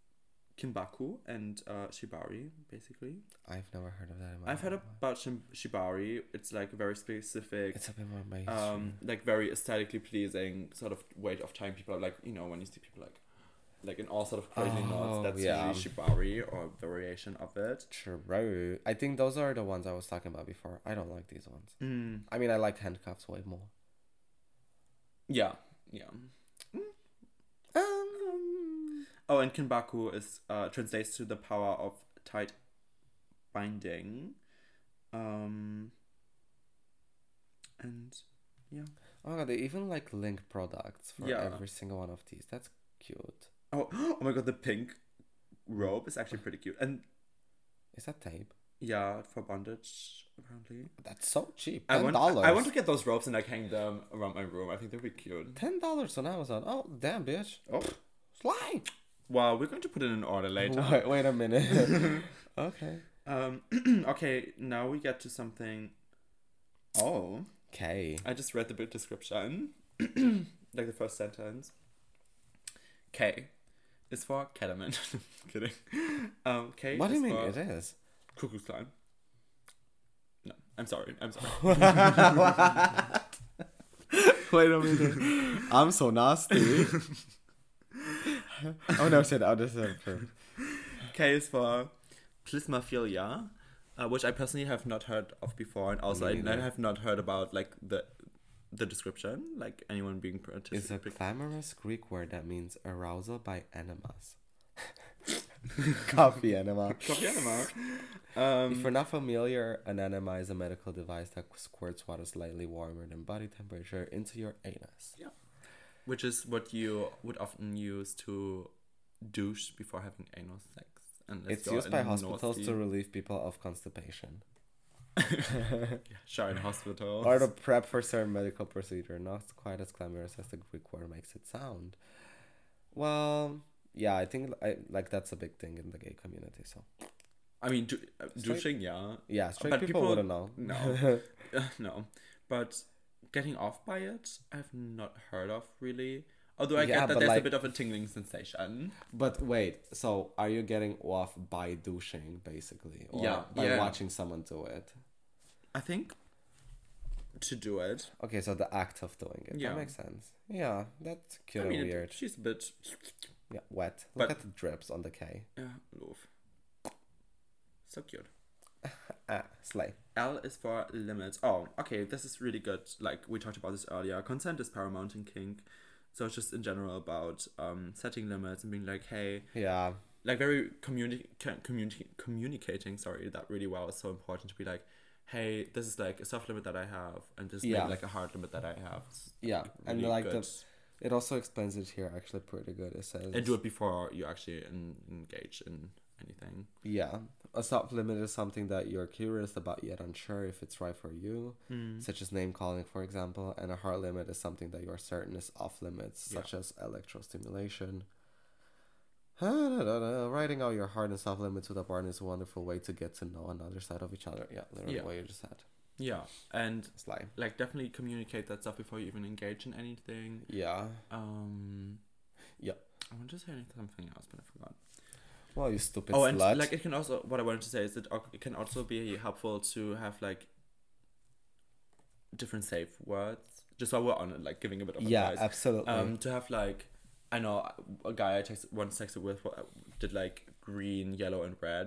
[SPEAKER 2] kimbaku and uh, shibari, basically.
[SPEAKER 3] I've never heard of that. In my
[SPEAKER 2] I've heard
[SPEAKER 3] life.
[SPEAKER 2] about shim- shibari. It's like a very specific.
[SPEAKER 3] It's a bit more amazing.
[SPEAKER 2] um, like very aesthetically pleasing sort of way of tying people up. Like you know when you see people like like in all sort of crazy knots.
[SPEAKER 3] Oh,
[SPEAKER 2] That's
[SPEAKER 3] yeah.
[SPEAKER 2] usually shibari or a variation of it.
[SPEAKER 3] True. I think those are the ones I was talking about before. I don't like these ones.
[SPEAKER 2] Mm.
[SPEAKER 3] I mean, I like handcuffs way more.
[SPEAKER 2] Yeah, yeah.
[SPEAKER 3] Um,
[SPEAKER 2] Oh, and kinbaku is uh, translates to the power of tight binding. Um, and yeah.
[SPEAKER 3] oh my god, they even like link products for
[SPEAKER 2] Yeah.
[SPEAKER 3] every single one of these. That's cute.
[SPEAKER 2] Oh, oh my god, the pink robe is actually pretty cute. And
[SPEAKER 3] Is that tape?
[SPEAKER 2] yeah, for bondage apparently.
[SPEAKER 3] That's so cheap.
[SPEAKER 2] I
[SPEAKER 3] Ten
[SPEAKER 2] want. I-
[SPEAKER 3] dollars.
[SPEAKER 2] I want to get those ropes and like hang them around my room. I think they'd be cute.
[SPEAKER 3] Ten dollars on Amazon. Oh damn, bitch.
[SPEAKER 2] Oh.
[SPEAKER 3] Slay.
[SPEAKER 2] Well, we're going to put in an order later.
[SPEAKER 3] Wait, wait a minute. okay.
[SPEAKER 2] Um, okay, now we get to something. Oh,
[SPEAKER 3] Okay.
[SPEAKER 2] I just read the bit description, like the first sentence. K is for ketamine. Kidding. Um, K.
[SPEAKER 3] What do you
[SPEAKER 2] is
[SPEAKER 3] mean?
[SPEAKER 2] for
[SPEAKER 3] It is.
[SPEAKER 2] Cuckoo's Clan. No, I'm sorry. I'm sorry.
[SPEAKER 3] Wait a minute. I'm so nasty. oh no, shit. I'll just
[SPEAKER 2] K is for Clismaphilia, uh, which I personally have not heard of before, and also I,
[SPEAKER 3] Me
[SPEAKER 2] I
[SPEAKER 3] neither.
[SPEAKER 2] have not heard about like the the description, like anyone being
[SPEAKER 3] It's a
[SPEAKER 2] participating.
[SPEAKER 3] glamorous Greek word that means arousal by enemas. Coffee enema. If you're not familiar, an enema is a medical device that squirts water slightly warmer than body temperature into your anus.
[SPEAKER 2] which is what you would often use to douche before having anal sex. unless
[SPEAKER 3] it's
[SPEAKER 2] you're
[SPEAKER 3] used
[SPEAKER 2] in
[SPEAKER 3] by
[SPEAKER 2] the North
[SPEAKER 3] hospitals
[SPEAKER 2] Sea.
[SPEAKER 3] to relieve people of constipation.
[SPEAKER 2] Shower in hospitals.
[SPEAKER 3] or to prep for certain medical procedure. Not quite as glamorous as the Greek word makes it sound. Well, yeah, I think I, like that's a big thing in the gay community. So
[SPEAKER 2] I mean, du- uh, douching, yeah.
[SPEAKER 3] yeah, straight
[SPEAKER 2] But
[SPEAKER 3] people,
[SPEAKER 2] people-
[SPEAKER 3] wouldn't know.
[SPEAKER 2] No. Uh, no. But getting off by it, I've not heard of really. Although I
[SPEAKER 3] Yeah,
[SPEAKER 2] get that
[SPEAKER 3] but
[SPEAKER 2] there's a
[SPEAKER 3] like-
[SPEAKER 2] bit of a tingling sensation.
[SPEAKER 3] But wait, so are you getting off by douching, basically, or
[SPEAKER 2] Yeah,
[SPEAKER 3] by
[SPEAKER 2] yeah.
[SPEAKER 3] watching someone do it?
[SPEAKER 2] I think to do it.
[SPEAKER 3] Okay, so the act of doing it.
[SPEAKER 2] Yeah.
[SPEAKER 3] That makes sense. Yeah, that's
[SPEAKER 2] I
[SPEAKER 3] cute
[SPEAKER 2] mean,
[SPEAKER 3] and
[SPEAKER 2] it-
[SPEAKER 3] weird.
[SPEAKER 2] she's a bit.
[SPEAKER 3] Yeah, wet.
[SPEAKER 2] But-
[SPEAKER 3] Look at the drips on the K.
[SPEAKER 2] Yeah, love. So cute.
[SPEAKER 3] Ah, slay.
[SPEAKER 2] L is for limits. Oh, okay, this is really good. Like we talked about this earlier. Consent is paramount in kink. So it's just in general about um, setting limits and being like, hey,
[SPEAKER 3] Yeah,
[SPEAKER 2] like very communi- ca- communi- communicating sorry that really well is so important to be like hey this is like a soft limit that i have and this is
[SPEAKER 3] Yeah.
[SPEAKER 2] maybe like a hard limit that i have It's
[SPEAKER 3] yeah, and
[SPEAKER 2] really
[SPEAKER 3] like
[SPEAKER 2] good.
[SPEAKER 3] the, it also explains it here actually pretty good. It says
[SPEAKER 2] and do it before you actually en- engage in anything
[SPEAKER 3] Yeah. A soft limit is something that you're curious about yet unsure if it's right for you, such as name calling, for example. And a hard limit is something that you're certain is off limits,
[SPEAKER 2] Yeah.
[SPEAKER 3] such as electrostimulation. Writing out your hard and soft limits with a partner is a wonderful way to get to know another side of each other. Yeah, literally
[SPEAKER 2] Yeah.
[SPEAKER 3] what you just said.
[SPEAKER 2] yeah and
[SPEAKER 3] Sly.
[SPEAKER 2] like definitely communicate that stuff before you even engage in anything
[SPEAKER 3] Yeah.
[SPEAKER 2] um
[SPEAKER 3] Yeah.
[SPEAKER 2] i want to say something else but i forgot
[SPEAKER 3] Well, you stupid
[SPEAKER 2] oh, and
[SPEAKER 3] slut.
[SPEAKER 2] like it can also what I wanted to say is that it can also be helpful to have like different safe words. Just while we're on it, like giving a bit of
[SPEAKER 3] yeah,
[SPEAKER 2] advice.
[SPEAKER 3] absolutely.
[SPEAKER 2] Um, to have like I know a guy I text once texted with what did like green, yellow, and red.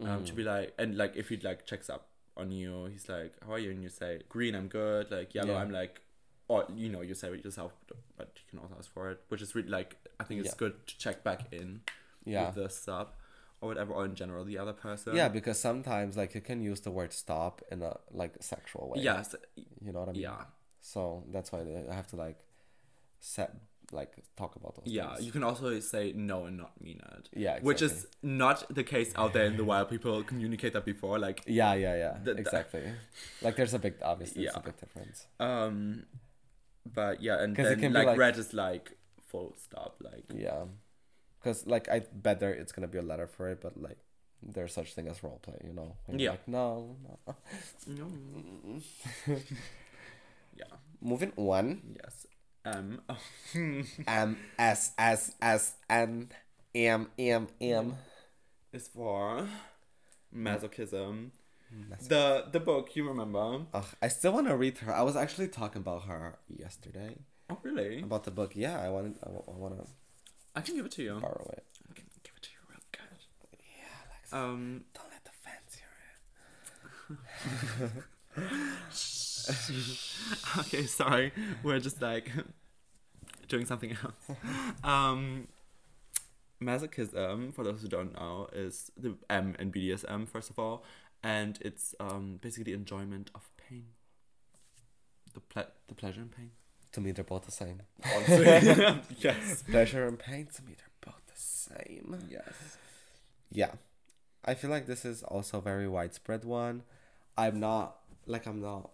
[SPEAKER 3] Mm.
[SPEAKER 2] Um, to be like and like if he like checks up on you, he's like, "How are you?" and you say, "Green, I'm good." Like yellow,
[SPEAKER 3] Yeah.
[SPEAKER 2] I'm like. Or you know you say it yourself, but you can also ask for it, which is really like I think it's
[SPEAKER 3] Yeah.
[SPEAKER 2] good to check back in
[SPEAKER 3] yeah.
[SPEAKER 2] with the sub or whatever, or in general the other person.
[SPEAKER 3] yeah, because sometimes like you can use the word stop in a like sexual way.
[SPEAKER 2] Yes.
[SPEAKER 3] You know what I mean?
[SPEAKER 2] Yeah.
[SPEAKER 3] So that's why I have to like set like talk about those.
[SPEAKER 2] Yeah.
[SPEAKER 3] things.
[SPEAKER 2] You can also say no and not mean it.
[SPEAKER 3] Yeah,
[SPEAKER 2] Which is not the case out there in the wild. People communicate that before. Like,
[SPEAKER 3] yeah, yeah, yeah.
[SPEAKER 2] The- the-
[SPEAKER 3] exactly. like there's a big obviously there's
[SPEAKER 2] Yeah.
[SPEAKER 3] a big difference.
[SPEAKER 2] um, but yeah, and
[SPEAKER 3] 'Cause it
[SPEAKER 2] then
[SPEAKER 3] can be
[SPEAKER 2] like,
[SPEAKER 3] like-
[SPEAKER 2] red is like full stop. Like,
[SPEAKER 3] Yeah, because like I bet there it's gonna be a letter for it, but like there's such thing as role play, you know? When you're
[SPEAKER 2] Yeah.
[SPEAKER 3] Like, no, no.
[SPEAKER 2] no. yeah.
[SPEAKER 3] Moving on.
[SPEAKER 2] Yes. Um.
[SPEAKER 3] M S S S N M M M.
[SPEAKER 2] is for masochism. The the book you remember?
[SPEAKER 3] Ugh, I still want to read her. I was actually talking about her yesterday
[SPEAKER 2] Oh really?
[SPEAKER 3] about the book. Yeah, I wanted. I, want to
[SPEAKER 2] I can give it to you.
[SPEAKER 3] borrow it.
[SPEAKER 2] I can give it to you real good. Yeah. Um.
[SPEAKER 3] Don't let the fans hear it.
[SPEAKER 2] okay sorry we're just like doing something else um masochism for those who don't know is the m in bdsm first of all and it's um basically enjoyment of pain the ple- the pleasure in pain
[SPEAKER 3] To me, they're both the same.
[SPEAKER 2] yes
[SPEAKER 3] Pleasure and pain, to me, they're both the same.
[SPEAKER 2] yes
[SPEAKER 3] Yeah. I feel like this is also a very widespread one. I'm not, like, I'm not,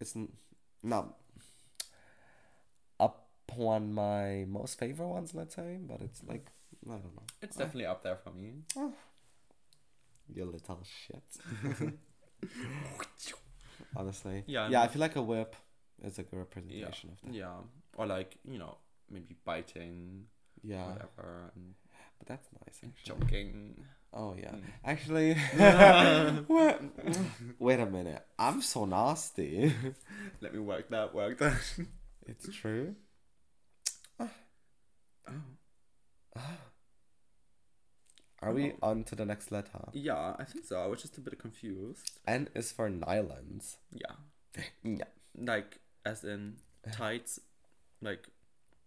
[SPEAKER 3] it's n- not up on my most favorite ones, let's say, but it's like, I don't know.
[SPEAKER 2] it's definitely up there for me
[SPEAKER 3] You little shit. Honestly.
[SPEAKER 2] Yeah,
[SPEAKER 3] Yeah, I
[SPEAKER 2] I'm-
[SPEAKER 3] feel like a whip is a good representation of that.
[SPEAKER 2] yeah or like you know maybe biting
[SPEAKER 3] Yeah.
[SPEAKER 2] whatever and
[SPEAKER 3] But that's nice, actually.
[SPEAKER 2] joking
[SPEAKER 3] Oh yeah. Actually, what? Wait a minute. I'm so nasty.
[SPEAKER 2] let me work that work that
[SPEAKER 3] It's true.
[SPEAKER 2] oh
[SPEAKER 3] Are we on to the next letter?
[SPEAKER 2] Yeah, I think so. I was just a bit confused.
[SPEAKER 3] N is for nylons.
[SPEAKER 2] Yeah.
[SPEAKER 3] Yeah.
[SPEAKER 2] Like, as in tights, like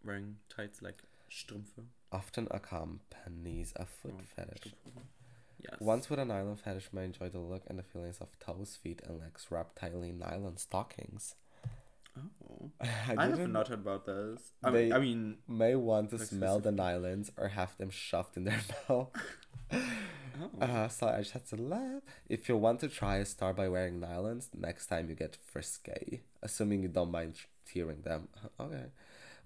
[SPEAKER 2] wearing tights, like Strümpfe.
[SPEAKER 3] Often accompanies a foot fetish.
[SPEAKER 2] Yes.
[SPEAKER 3] Once with a nylon fetish may enjoy the look and the feelings of toes, feet, and legs wrapped tightly in nylon stockings.
[SPEAKER 2] Oh.
[SPEAKER 3] I,
[SPEAKER 2] I, have
[SPEAKER 3] didn't-
[SPEAKER 2] not heard about this. I,
[SPEAKER 3] They-
[SPEAKER 2] mean, I mean,
[SPEAKER 3] may want to
[SPEAKER 2] Like
[SPEAKER 3] smell the nylons or have them shoved in their mouth.
[SPEAKER 2] Oh.
[SPEAKER 3] Uh, so I just had to laugh. If you want to try a star by wearing nylons, next time you get frisky, assuming you don't mind tearing them. Okay.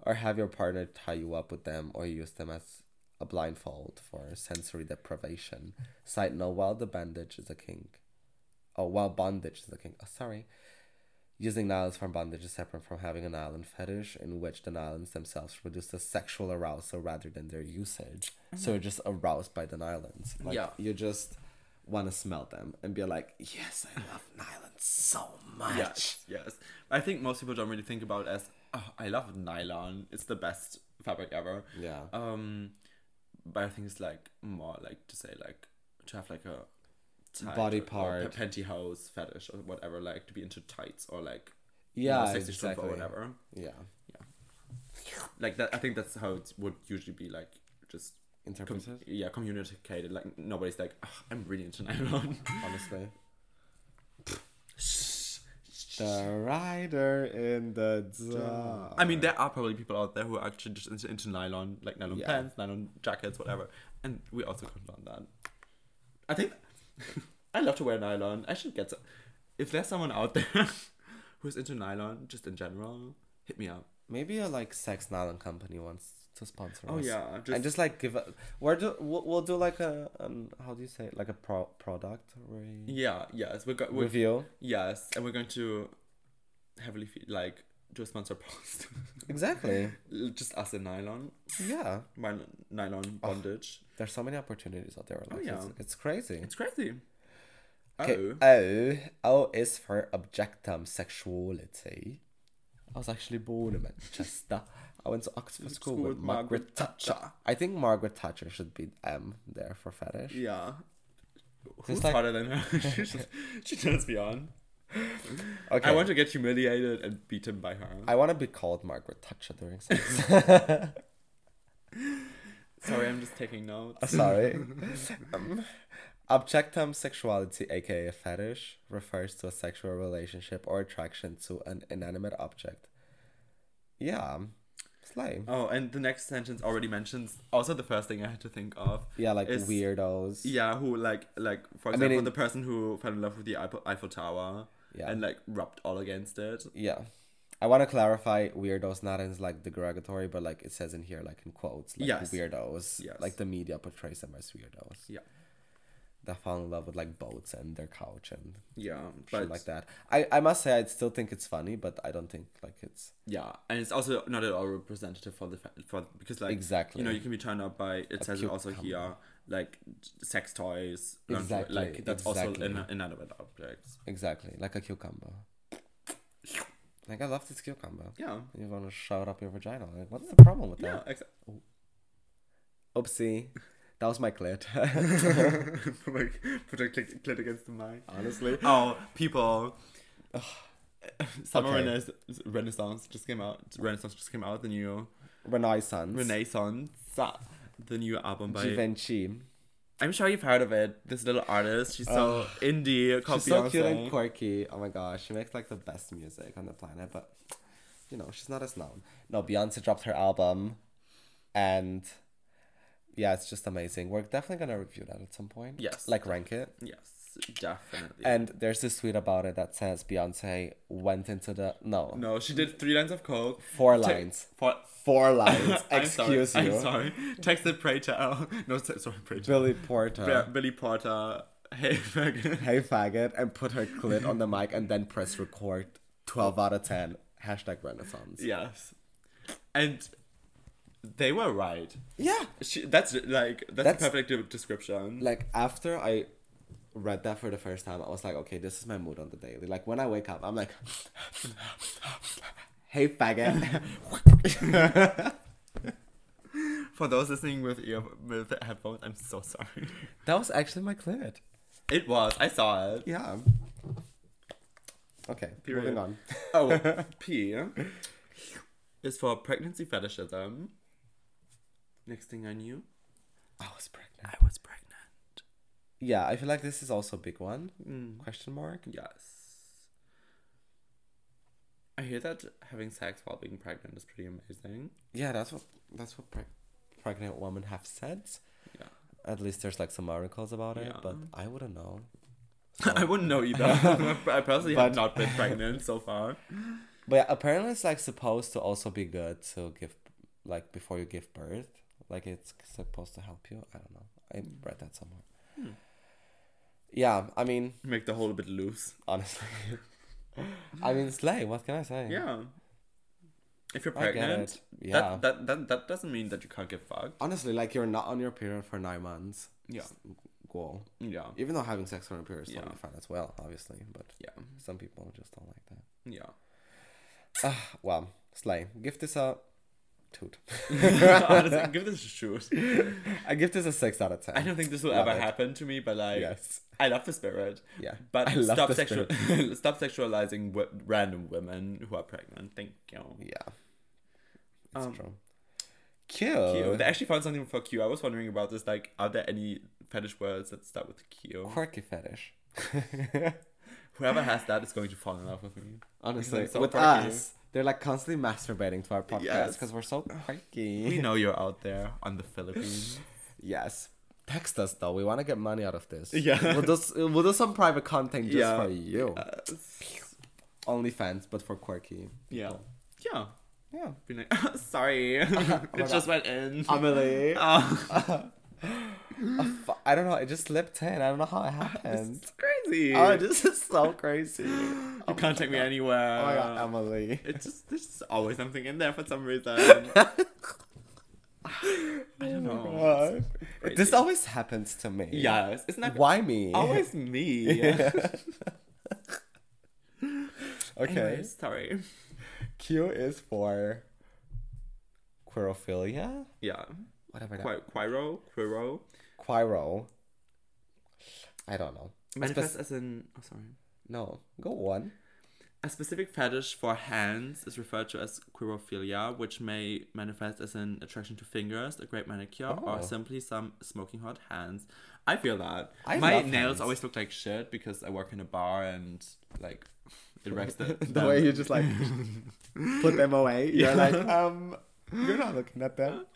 [SPEAKER 3] Or have your partner tie you up with them or use them as a blindfold for sensory deprivation. Side note, while the bandage is a kink. Oh, while bondage is a kink. Oh, sorry. Using nylons for bondage is separate from having an island fetish, in which the nylons themselves produce the sexual arousal rather than their usage. So you're just aroused by the nylons. Like,
[SPEAKER 2] Mm-hmm. Yeah.
[SPEAKER 3] You just want to smell them and be like, yes, I love nylons so much.
[SPEAKER 2] Yes, yes. I think most people don't really think about it as oh, I love nylon. It's the best fabric ever.
[SPEAKER 3] Yeah.
[SPEAKER 2] Um, but I think it's like more like to say like to have like a tight
[SPEAKER 3] Body
[SPEAKER 2] or- or
[SPEAKER 3] part.
[SPEAKER 2] pe- pantyhose fetish or whatever. Like to be into tights or like you know,
[SPEAKER 3] yeah,
[SPEAKER 2] sexy stuff
[SPEAKER 3] exactly.
[SPEAKER 2] or whatever.
[SPEAKER 3] Yeah.
[SPEAKER 2] Like that. I think that's how it would usually be like just. Com-
[SPEAKER 3] Interpreted,
[SPEAKER 2] yeah, communicated. Like nobody's like, "Ugh, I'm really into nylon.
[SPEAKER 3] honestly. The rider in the dark.
[SPEAKER 2] I mean, there are probably people out there who are actually just into, into nylon, like nylon
[SPEAKER 3] Yeah.
[SPEAKER 2] pants, nylon jackets, whatever. And we also condone that. I think I love to wear nylon. I should get some. If there's someone out there who's into nylon, just in general, hit me up.
[SPEAKER 3] Maybe a like sex nylon company wants to sponsor
[SPEAKER 2] Oh
[SPEAKER 3] us.
[SPEAKER 2] yeah, just,
[SPEAKER 3] and just like give a we're do we'll, we'll do like a um how do you say it? like a pro product re-
[SPEAKER 2] yeah, yes, we're, go- we're
[SPEAKER 3] review
[SPEAKER 2] yes, and we're going to heavily fe- like do a sponsor post.
[SPEAKER 3] exactly
[SPEAKER 2] just us in nylon,
[SPEAKER 3] yeah
[SPEAKER 2] my nylon
[SPEAKER 3] Oh,
[SPEAKER 2] bondage.
[SPEAKER 3] there's so many opportunities out there like,
[SPEAKER 2] Oh, yeah.
[SPEAKER 3] it's, it's crazy
[SPEAKER 2] It's crazy.
[SPEAKER 3] okay
[SPEAKER 2] Oh.
[SPEAKER 3] oh oh is for objectum sexuality I was actually born in Manchester I went to Oxford School, with Margaret Thatcher I think Margaret Thatcher should be M there for fetish
[SPEAKER 2] Yeah. Who's
[SPEAKER 3] like-
[SPEAKER 2] hotter than her? she, just- she turns me on.
[SPEAKER 3] okay
[SPEAKER 2] I want to get humiliated and beaten by her.
[SPEAKER 3] I want to be called Margaret Thatcher during sex
[SPEAKER 2] Sorry, I'm just taking notes.
[SPEAKER 3] Sorry. um, objectum sexuality, aka fetish, refers to a sexual relationship or attraction to an inanimate object. Yeah. um, Slay.
[SPEAKER 2] Oh, and the next sentence already mentions also the first thing I had to think of.
[SPEAKER 3] Yeah, like
[SPEAKER 2] It's-
[SPEAKER 3] weirdos.
[SPEAKER 2] Yeah, who like like for
[SPEAKER 3] I mean,
[SPEAKER 2] example
[SPEAKER 3] it-
[SPEAKER 2] the person who fell in love with the Eiffel, Eiffel Tower
[SPEAKER 3] Yeah.
[SPEAKER 2] and like rubbed all against it.
[SPEAKER 3] Yeah. I want to clarify weirdos not as like derogatory, but like it says in here, like in quotes, like
[SPEAKER 2] Yes.
[SPEAKER 3] weirdos.
[SPEAKER 2] Yes.
[SPEAKER 3] Like the media portrays them as weirdos.
[SPEAKER 2] Yeah.
[SPEAKER 3] That fall in love with like boats and their couch and
[SPEAKER 2] Yeah,
[SPEAKER 3] shit
[SPEAKER 2] but
[SPEAKER 3] like that. I, I must say I still think it's funny, but I don't think like it's
[SPEAKER 2] yeah, and it's also not at all representative for the fa- for because like
[SPEAKER 3] exactly
[SPEAKER 2] you know you can be turned up by it says it also here like sex toys lingerie,
[SPEAKER 3] Exactly,
[SPEAKER 2] like that's also
[SPEAKER 3] exactly.
[SPEAKER 2] in, inanimate objects
[SPEAKER 3] Exactly, like a cucumber. Like I love this cucumber.
[SPEAKER 2] yeah
[SPEAKER 3] You want to shout up your vagina? Like, what's the problem with
[SPEAKER 2] yeah
[SPEAKER 3] that?
[SPEAKER 2] exactly
[SPEAKER 3] Oopsie, that was my clit.
[SPEAKER 2] put my put my clit, clit against the mic
[SPEAKER 3] Honestly,
[SPEAKER 2] oh people summer
[SPEAKER 3] Okay.
[SPEAKER 2] renaissance, renaissance just came out renaissance just came out the new
[SPEAKER 3] Renaissance.
[SPEAKER 2] renaissance the new album by
[SPEAKER 3] Givenchy.
[SPEAKER 2] i'm sure you've heard of it this little artist she's so indie called
[SPEAKER 3] Oh. She's so cute
[SPEAKER 2] Beyonce.
[SPEAKER 3] and quirky. Oh my gosh, she makes like the best music on the planet, but you know she's not as known. No, Beyonce dropped her album, and yeah, it's just amazing. We're definitely gonna review that at some point.
[SPEAKER 2] Yes.
[SPEAKER 3] like rank it.
[SPEAKER 2] yes definitely
[SPEAKER 3] And there's this tweet about it that says Beyonce went into the no,
[SPEAKER 2] no she did three lines of coke
[SPEAKER 3] four
[SPEAKER 2] Ta-
[SPEAKER 3] lines,
[SPEAKER 2] for
[SPEAKER 3] four lines.
[SPEAKER 2] I'm
[SPEAKER 3] Excuse
[SPEAKER 2] sorry,
[SPEAKER 3] you,
[SPEAKER 2] I'm sorry. Texted Pray Tell. No, so- sorry, Pray Tell.
[SPEAKER 3] Billy Porter.
[SPEAKER 2] Bi- Billy Porter. Hey, Fergus.
[SPEAKER 3] Hey faggot, and put her clit on the mic, and then press record. Twelve out of ten. Hashtag Renaissance.
[SPEAKER 2] Yes. And they were right.
[SPEAKER 3] Yeah.
[SPEAKER 2] She, that's like that's,
[SPEAKER 3] That's-
[SPEAKER 2] a perfect de- description.
[SPEAKER 3] Like after I read that for the first time, I was like, okay, this is my mood on the daily. Like when I wake up, I'm like, hey faggot.
[SPEAKER 2] For those listening with ear with headphones, I'm so sorry.
[SPEAKER 3] that was actually my clit.
[SPEAKER 2] It was. I saw it.
[SPEAKER 3] Yeah. Okay.
[SPEAKER 2] Period.
[SPEAKER 3] Moving on.
[SPEAKER 2] Oh, P is for pregnancy fetishism. Next thing I knew,
[SPEAKER 3] I was pregnant.
[SPEAKER 2] I was pregnant.
[SPEAKER 3] Yeah, I feel like this is also a big one.
[SPEAKER 2] Mm.
[SPEAKER 3] Question mark.
[SPEAKER 2] Yes. I hear that having sex while being pregnant is pretty amazing.
[SPEAKER 3] Yeah, that's what that's what preg- pregnant women have said.
[SPEAKER 2] Yeah.
[SPEAKER 3] At least there's like some articles about it,
[SPEAKER 2] Yeah.
[SPEAKER 3] but I wouldn't know.
[SPEAKER 2] I wouldn't know either. I personally have not been pregnant so far.
[SPEAKER 3] But yeah, apparently it's like supposed to also be good to give, like before you give birth, like it's supposed to help you. I don't know. I
[SPEAKER 2] Hmm.
[SPEAKER 3] read that somewhere. Yeah, I mean,
[SPEAKER 2] Make the whole a bit loose.
[SPEAKER 3] honestly, I mean, slay. What can I say?
[SPEAKER 2] Yeah. If you're
[SPEAKER 3] I get
[SPEAKER 2] pregnant,
[SPEAKER 3] it. Yeah.
[SPEAKER 2] that, that that that doesn't mean that you can't give fuck.
[SPEAKER 3] Honestly, like you're not on your period for nine months.
[SPEAKER 2] Yeah.
[SPEAKER 3] Go.
[SPEAKER 2] Yeah.
[SPEAKER 3] Even though having sex on your period is
[SPEAKER 2] Yeah.
[SPEAKER 3] totally fine as well, obviously, but
[SPEAKER 2] Yeah.
[SPEAKER 3] some people just don't like that.
[SPEAKER 2] Yeah.
[SPEAKER 3] Well, slay. Give this a toot.
[SPEAKER 2] Honestly, give this a shoot.
[SPEAKER 3] I give this a six out of ten.
[SPEAKER 2] I don't think this will
[SPEAKER 3] Love
[SPEAKER 2] ever
[SPEAKER 3] it.
[SPEAKER 2] happen to me, but like,
[SPEAKER 3] Yes.
[SPEAKER 2] I love the spirit.
[SPEAKER 3] Yeah.
[SPEAKER 2] But
[SPEAKER 3] I love
[SPEAKER 2] stop
[SPEAKER 3] the
[SPEAKER 2] sexual stop sexualizing w- random women who are pregnant. Thank you.
[SPEAKER 3] Yeah. It's
[SPEAKER 2] Um,
[SPEAKER 3] true. Q.
[SPEAKER 2] Q. They actually found something for Q. I was wondering about this. Like, are there any fetish words that start with Q?
[SPEAKER 3] Quirky fetish.
[SPEAKER 2] Whoever has that is going to fall in love with me.
[SPEAKER 3] Honestly,
[SPEAKER 2] Because I'm so
[SPEAKER 3] with
[SPEAKER 2] quirky.
[SPEAKER 3] us, they're like constantly masturbating to our podcast
[SPEAKER 2] Yes.
[SPEAKER 3] because we're so quirky.
[SPEAKER 2] We know you're out there on the Philippines.
[SPEAKER 3] Yes. Text us though. We want to get money out of this.
[SPEAKER 2] Yeah.
[SPEAKER 3] We'll do, s- we'll do some private content just
[SPEAKER 2] Yeah.
[SPEAKER 3] for you.
[SPEAKER 2] Uh,
[SPEAKER 3] Only fans, but for quirky.
[SPEAKER 2] Yeah. Yeah.
[SPEAKER 3] Yeah.
[SPEAKER 2] Be like, Sorry. it just went in.
[SPEAKER 3] Amelie.
[SPEAKER 2] Oh,
[SPEAKER 3] Fu- I don't know. It just slipped in. I don't know how it happened.
[SPEAKER 2] it's crazy.
[SPEAKER 3] Oh, this is so crazy. Oh
[SPEAKER 2] you can't take me anywhere.
[SPEAKER 3] my god, Emily.
[SPEAKER 2] It's just there's just always something in there for some reason. I don't know.
[SPEAKER 3] God.
[SPEAKER 2] crazy.
[SPEAKER 3] This always happens to me.
[SPEAKER 2] Yes, isn't that
[SPEAKER 3] Why me?
[SPEAKER 2] always me?
[SPEAKER 3] Okay.
[SPEAKER 2] Anyways, sorry.
[SPEAKER 3] Q is for queerophilia?
[SPEAKER 2] Yeah.
[SPEAKER 3] Whatever that
[SPEAKER 2] Qui- Quiro, Quiro.
[SPEAKER 3] Quiro. I don't know. A spec-
[SPEAKER 2] Manifest as in oh sorry.
[SPEAKER 3] no, go on.
[SPEAKER 2] A specific fetish for hands is referred to as quirophilia, which may manifest as an attraction to fingers, a great manicure,
[SPEAKER 3] Oh.
[SPEAKER 2] or simply some smoking hot hands. I feel that.
[SPEAKER 3] I
[SPEAKER 2] My
[SPEAKER 3] love
[SPEAKER 2] nails
[SPEAKER 3] hands.
[SPEAKER 2] always look like shit because I work in a bar and like it wrecks the,
[SPEAKER 3] The way you just like put them away, you're like, um, you're not looking at them.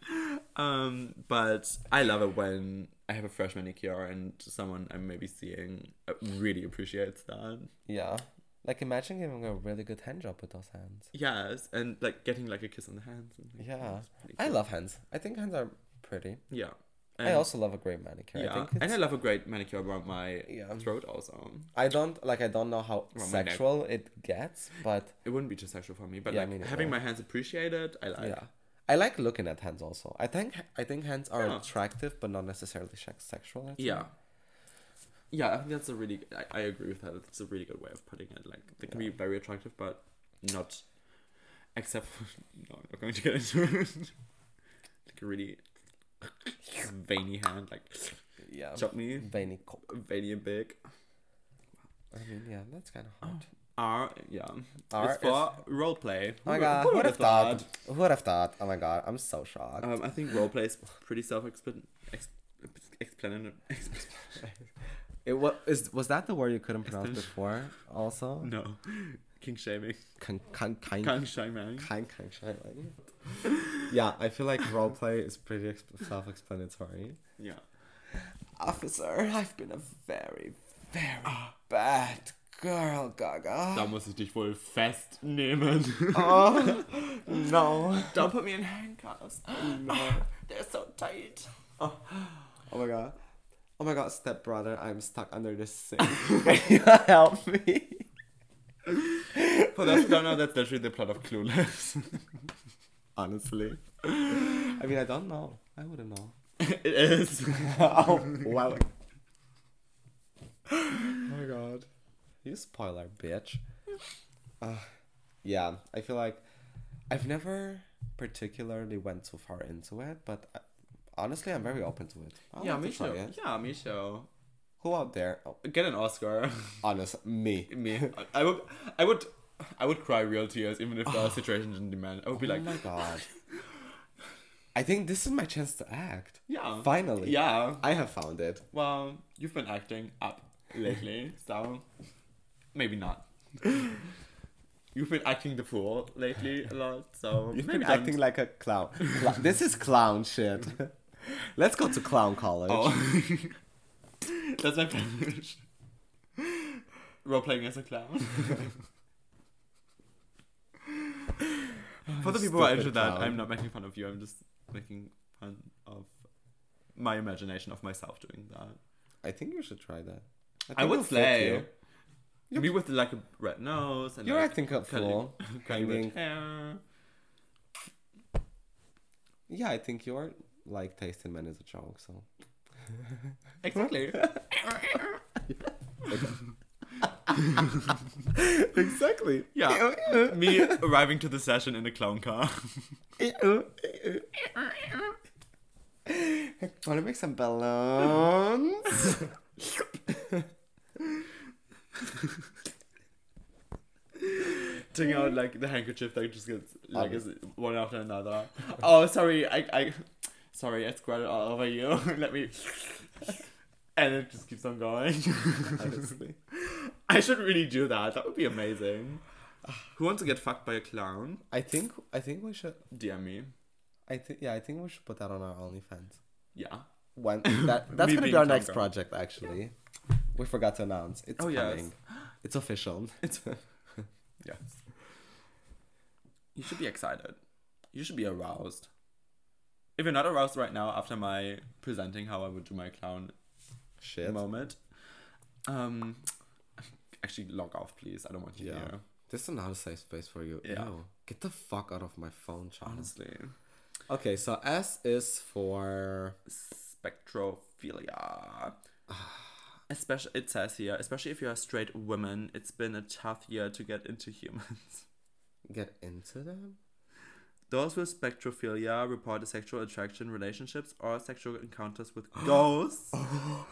[SPEAKER 2] Um, but I love it when I have a fresh manicure and someone I'm maybe seeing uh, really appreciates that.
[SPEAKER 3] Yeah. Like imagine giving a really good hand job with those hands.
[SPEAKER 2] Yes, and like getting like a kiss on the hands. And, like,
[SPEAKER 3] Yeah.
[SPEAKER 2] it's pretty
[SPEAKER 3] I
[SPEAKER 2] cool.
[SPEAKER 3] love hands. I think hands are pretty.
[SPEAKER 2] Yeah. And,
[SPEAKER 3] I also love a great manicure.
[SPEAKER 2] yeah,
[SPEAKER 3] I think
[SPEAKER 2] and
[SPEAKER 3] it's,
[SPEAKER 2] I love a great manicure around my
[SPEAKER 3] Yeah.
[SPEAKER 2] throat also.
[SPEAKER 3] I don't like I don't know how
[SPEAKER 2] Around my neck.
[SPEAKER 3] sexual it gets, but
[SPEAKER 2] It wouldn't be just sexual for me, but
[SPEAKER 3] Yeah,
[SPEAKER 2] like
[SPEAKER 3] me neither.
[SPEAKER 2] having my hands appreciated, I like.
[SPEAKER 3] yeah. I like looking at hands also. I think I think hands are
[SPEAKER 2] Yeah.
[SPEAKER 3] attractive but not necessarily sex- sexual. I'd say.
[SPEAKER 2] Yeah. Yeah, I think that's a really. I, I agree with that. It's a really good way of putting it. Like they can be very attractive, but not. Except, for, no, I'm not going to get into it. like a really veiny hand, like
[SPEAKER 3] Yeah.
[SPEAKER 2] chop me,
[SPEAKER 3] Veiny co-
[SPEAKER 2] veiny and big.
[SPEAKER 3] I mean, yeah, that's kind of hard.
[SPEAKER 2] R, yeah,
[SPEAKER 3] R
[SPEAKER 2] it's for role play.
[SPEAKER 3] Oh my god, who would
[SPEAKER 2] would've
[SPEAKER 3] have thought? Uh, Who would have thought? Oh my god, I'm so shocked.
[SPEAKER 2] Um, I think role play is pretty self-explanatory. Ex- explan- explan-
[SPEAKER 3] It was is was that the word you couldn't pronounce before? Also,
[SPEAKER 2] no, king shaming,
[SPEAKER 3] Con- con- kind
[SPEAKER 2] king shaming.
[SPEAKER 3] kind kind shine like- Yeah, I feel like roleplay is pretty ex- self-explanatory.
[SPEAKER 2] Yeah.
[SPEAKER 3] Officer, I've been a very, very bad girl, Gaga.
[SPEAKER 2] Da muss ich dich wohl festnehmen.
[SPEAKER 3] Oh no!
[SPEAKER 2] Don't put me in handcuffs. they're so tight.
[SPEAKER 3] Oh my god! Oh my god, stepbrother, I'm stuck under this sink. Can you help me?
[SPEAKER 2] For those who don't know, that's literally the plot of Clueless.
[SPEAKER 3] Honestly, I mean, I don't know. I wouldn't know.
[SPEAKER 2] it is.
[SPEAKER 3] oh wow! oh my god! You spoiler, bitch. Uh, yeah, I feel like I've never particularly went so far into it, but I, honestly, I'm very open to it. I
[SPEAKER 2] yeah,
[SPEAKER 3] like to
[SPEAKER 2] me
[SPEAKER 3] try
[SPEAKER 2] too.
[SPEAKER 3] it.
[SPEAKER 2] Yeah, me too.
[SPEAKER 3] Who out there? Oh,
[SPEAKER 2] Get an Oscar.
[SPEAKER 3] honest, me.
[SPEAKER 2] me. I would. I would. I would cry real tears even if the situation didn't demand. it. I would be
[SPEAKER 3] oh
[SPEAKER 2] like,
[SPEAKER 3] my god! I think this is my chance to act.
[SPEAKER 2] yeah,
[SPEAKER 3] Finally.
[SPEAKER 2] yeah.
[SPEAKER 3] I have found it.
[SPEAKER 2] Well, you've been acting up lately, so maybe not. You've been acting the fool lately a lot, so
[SPEAKER 3] You've
[SPEAKER 2] maybe
[SPEAKER 3] been
[SPEAKER 2] don't.
[SPEAKER 3] acting like a clown. Cla- this is clown shit. Let's go to clown college.
[SPEAKER 2] Oh. That's my plan. Role playing as a clown. For the people who are into
[SPEAKER 3] Stupid
[SPEAKER 2] that,
[SPEAKER 3] clown.
[SPEAKER 2] I'm not making fun of you. I'm just making fun of my imagination of myself doing that.
[SPEAKER 3] I think you should try that. think
[SPEAKER 2] I
[SPEAKER 3] it'll
[SPEAKER 2] would
[SPEAKER 3] fit
[SPEAKER 2] slay.
[SPEAKER 3] Yep.
[SPEAKER 2] Me with like a red nose and
[SPEAKER 3] You. are
[SPEAKER 2] like,
[SPEAKER 3] acting up
[SPEAKER 2] curly-
[SPEAKER 3] full.
[SPEAKER 2] curly red
[SPEAKER 3] Finding-
[SPEAKER 2] hair.
[SPEAKER 3] Yeah, I think you are like tasting men is a joke. So
[SPEAKER 2] Exactly.
[SPEAKER 3] exactly.
[SPEAKER 2] yeah. Me arriving to the session in a clown car.
[SPEAKER 3] Want to make some balloons?
[SPEAKER 2] Taking out like the handkerchief that just gets like is one after another. Oh, sorry, I, I, sorry, I squirted all over you. Let me, and it just keeps on going.
[SPEAKER 3] Honestly.
[SPEAKER 2] I should really do that. That would be amazing. Who wants to get fucked by a clown?
[SPEAKER 3] I think I think we should.
[SPEAKER 2] DM me.
[SPEAKER 3] I think yeah. I think we should put that on our OnlyFans.
[SPEAKER 2] Yeah.
[SPEAKER 3] When that that's
[SPEAKER 2] Me
[SPEAKER 3] gonna be
[SPEAKER 2] being
[SPEAKER 3] our next
[SPEAKER 2] Tonka.
[SPEAKER 3] project. Actually, we forgot to announce. It's
[SPEAKER 2] Oh, yes.
[SPEAKER 3] coming. It's official.
[SPEAKER 2] It's yes. You should be excited. You should be aroused. If you're not aroused right now after my presenting how I would do my clown
[SPEAKER 3] Shit.
[SPEAKER 2] moment, um, actually log off, please. I don't want you
[SPEAKER 3] Yeah.
[SPEAKER 2] here.
[SPEAKER 3] This is not a safe space for you.
[SPEAKER 2] Yeah.
[SPEAKER 3] No. Get the fuck out of my phone, child.
[SPEAKER 2] Honestly,
[SPEAKER 3] Okay, so S is for
[SPEAKER 2] spectrophilia. Especially, it says here, especially if you're a straight woman, it's been a tough year to get into humans.
[SPEAKER 3] get into them.
[SPEAKER 2] Those with spectrophilia report a sexual attraction, relationships, or sexual encounters with ghosts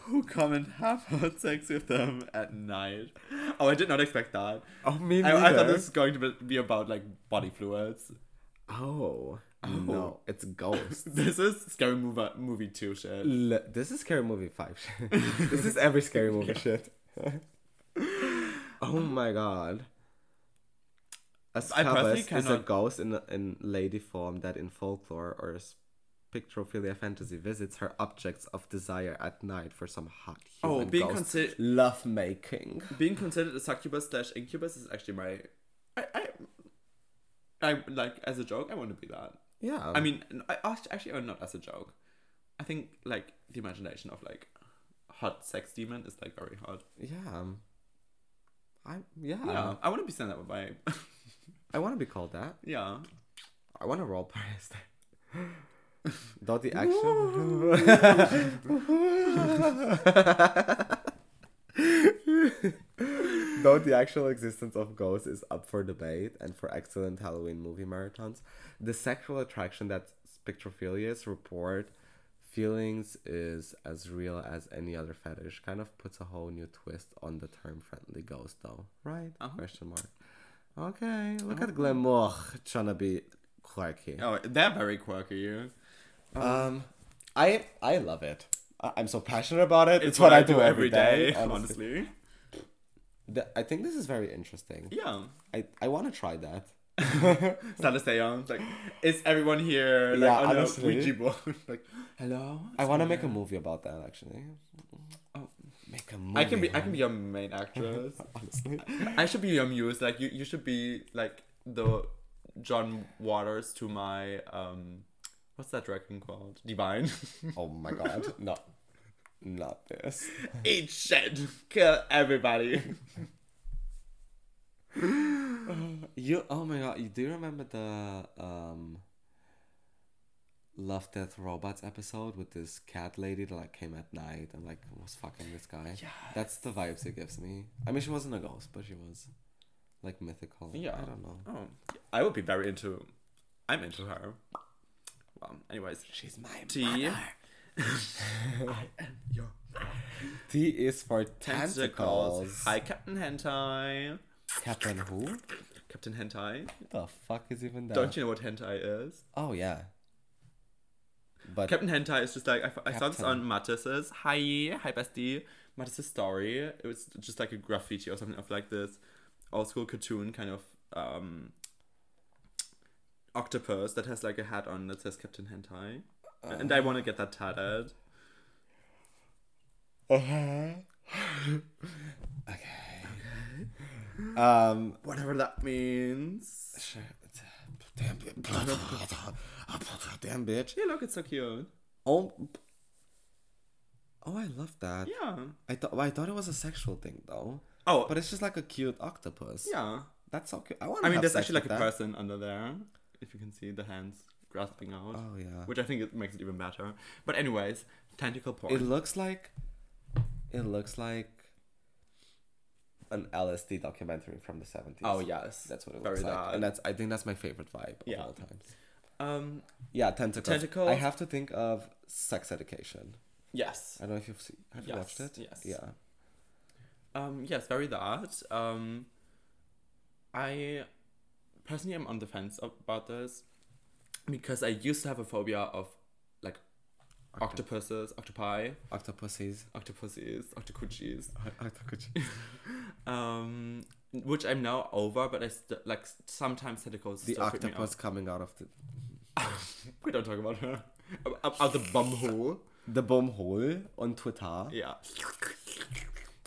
[SPEAKER 2] who come and have had sex with them at night. Oh, I did not expect that.
[SPEAKER 3] Oh, me
[SPEAKER 2] I, I thought this was going to be- be about like body fluids.
[SPEAKER 3] Oh, no, it's ghost.
[SPEAKER 2] This is scary movie movie two shit.
[SPEAKER 3] L- this is scary movie five. shit. this is every scary movie shit. oh my god. A
[SPEAKER 2] I personally
[SPEAKER 3] scabbers is a
[SPEAKER 2] cannot-
[SPEAKER 3] ghost in, in lady form that in folklore or s- pictrophilia fantasy visits her objects of desire at night for some hot
[SPEAKER 2] Oh,
[SPEAKER 3] human
[SPEAKER 2] being
[SPEAKER 3] ghost
[SPEAKER 2] consider-
[SPEAKER 3] love making.
[SPEAKER 2] Being considered a succubus slash incubus is actually my. I, I, I like as a joke. I want to be that.
[SPEAKER 3] Yeah,
[SPEAKER 2] I mean, n- I act- actually, or not as a joke. I think like the imagination of like hot sex demon is like very hot.
[SPEAKER 3] yeah, um, I yeah.
[SPEAKER 2] Yeah, Um, I want to be sent that by.
[SPEAKER 3] I want to be called that.
[SPEAKER 2] yeah,
[SPEAKER 3] I want to roll play as that. Not the action. Though the actual existence of ghosts is up for debate and for excellent Halloween movie marathons, the sexual attraction that spectrophilias report feelings is as real as any other fetish. Kind of puts a whole new twist on the term friendly ghost, though, right?
[SPEAKER 2] Uh-huh.
[SPEAKER 3] Question mark. Okay, look at Glenn Moore trying to be quirky.
[SPEAKER 2] oh, they're very quirky.
[SPEAKER 3] Um, I I love it. I, I'm so passionate about it. It's, what, I, do every day. honestly.
[SPEAKER 2] honestly.
[SPEAKER 3] Th- I think this is very interesting.
[SPEAKER 2] Yeah,
[SPEAKER 3] I, I want to try that.
[SPEAKER 2] start to stay on. um, Like, is everyone here? Like,
[SPEAKER 3] Yeah,
[SPEAKER 2] on a
[SPEAKER 3] honestly.
[SPEAKER 2] Ouija board. like, hello.
[SPEAKER 3] I want to make a movie about that actually. Oh, make a movie.
[SPEAKER 2] I can be. I can be your main actress.
[SPEAKER 3] honestly.
[SPEAKER 2] I should be your muse. Like you, you should be like the John Waters to my um, what's that dragon called? Divine.
[SPEAKER 3] Oh my god, no, not this.
[SPEAKER 2] Eat shit, kill everybody.
[SPEAKER 3] You oh my god, you do you remember the um Love Death Robots episode with this cat lady that like came at night and like was fucking this guy? Yeah. That's the vibes it gives me. I mean she wasn't a ghost, but she was like mythical.
[SPEAKER 2] Yeah.
[SPEAKER 3] I don't know.
[SPEAKER 2] Oh, I would be very into. I'm into her. Well, anyways,
[SPEAKER 3] She's my
[SPEAKER 2] T. Your
[SPEAKER 3] T is for
[SPEAKER 2] tentacles.
[SPEAKER 3] tentacles.
[SPEAKER 2] Hi, Captain Hentai.
[SPEAKER 3] Captain who? What
[SPEAKER 2] Captain Hentai.
[SPEAKER 3] the fuck is even that?
[SPEAKER 2] Don't you know what hentai is?
[SPEAKER 3] Oh yeah. But
[SPEAKER 2] Captain Hentai is just like I, I saw this
[SPEAKER 3] Captain.
[SPEAKER 2] on Mattis's Hi, hi bestie. Mattis's story. It was just like a graffiti or something of like this old school cartoon kind of um octopus that has like a hat on that says Captain Hentai. and I want to get that tatted.
[SPEAKER 3] Um,
[SPEAKER 2] Whatever that means.
[SPEAKER 3] damn, bitch. damn bitch.
[SPEAKER 2] Yeah, look, it's so cute.
[SPEAKER 3] Oh, oh, I love that.
[SPEAKER 2] Yeah.
[SPEAKER 3] I thought I thought it was a sexual thing though,
[SPEAKER 2] Oh,
[SPEAKER 3] but it's just like a cute octopus.
[SPEAKER 2] yeah.
[SPEAKER 3] that's so cute. I want.
[SPEAKER 2] I mean, there's actually like a
[SPEAKER 3] that.
[SPEAKER 2] person under there, if you can see the hands grasping out.
[SPEAKER 3] Oh yeah.
[SPEAKER 2] Which I think it makes it even better. But anyways, tentacle porn.
[SPEAKER 3] It looks like. It looks like. An LSD documentary from the seventies.
[SPEAKER 2] oh yes,
[SPEAKER 3] that's what it
[SPEAKER 2] Very
[SPEAKER 3] looks like,
[SPEAKER 2] that.
[SPEAKER 3] and that's I think that's my favorite vibe
[SPEAKER 2] Yeah.
[SPEAKER 3] of all times.
[SPEAKER 2] um,
[SPEAKER 3] Yeah, tentacles.
[SPEAKER 2] Tentacles.
[SPEAKER 3] I have to think of Sex Education.
[SPEAKER 2] yes,
[SPEAKER 3] I don't know if you've seen. Have you watched
[SPEAKER 2] Yes,
[SPEAKER 3] it?
[SPEAKER 2] yes.
[SPEAKER 3] Yeah.
[SPEAKER 2] um, yes, very that. Um, I personally am on the fence about this because I used to have a phobia of like octopuses, octopi,
[SPEAKER 3] Octopuses.
[SPEAKER 2] octopuses, octocuchis.
[SPEAKER 3] Octocucci.
[SPEAKER 2] um which i'm now over but i st- like s- sometimes tentacles
[SPEAKER 3] the
[SPEAKER 2] still freak me
[SPEAKER 3] octopus coming out of the
[SPEAKER 2] out. we don't talk about her out, out- out the bum hole
[SPEAKER 3] the bomb hole on Twitter.
[SPEAKER 2] yeah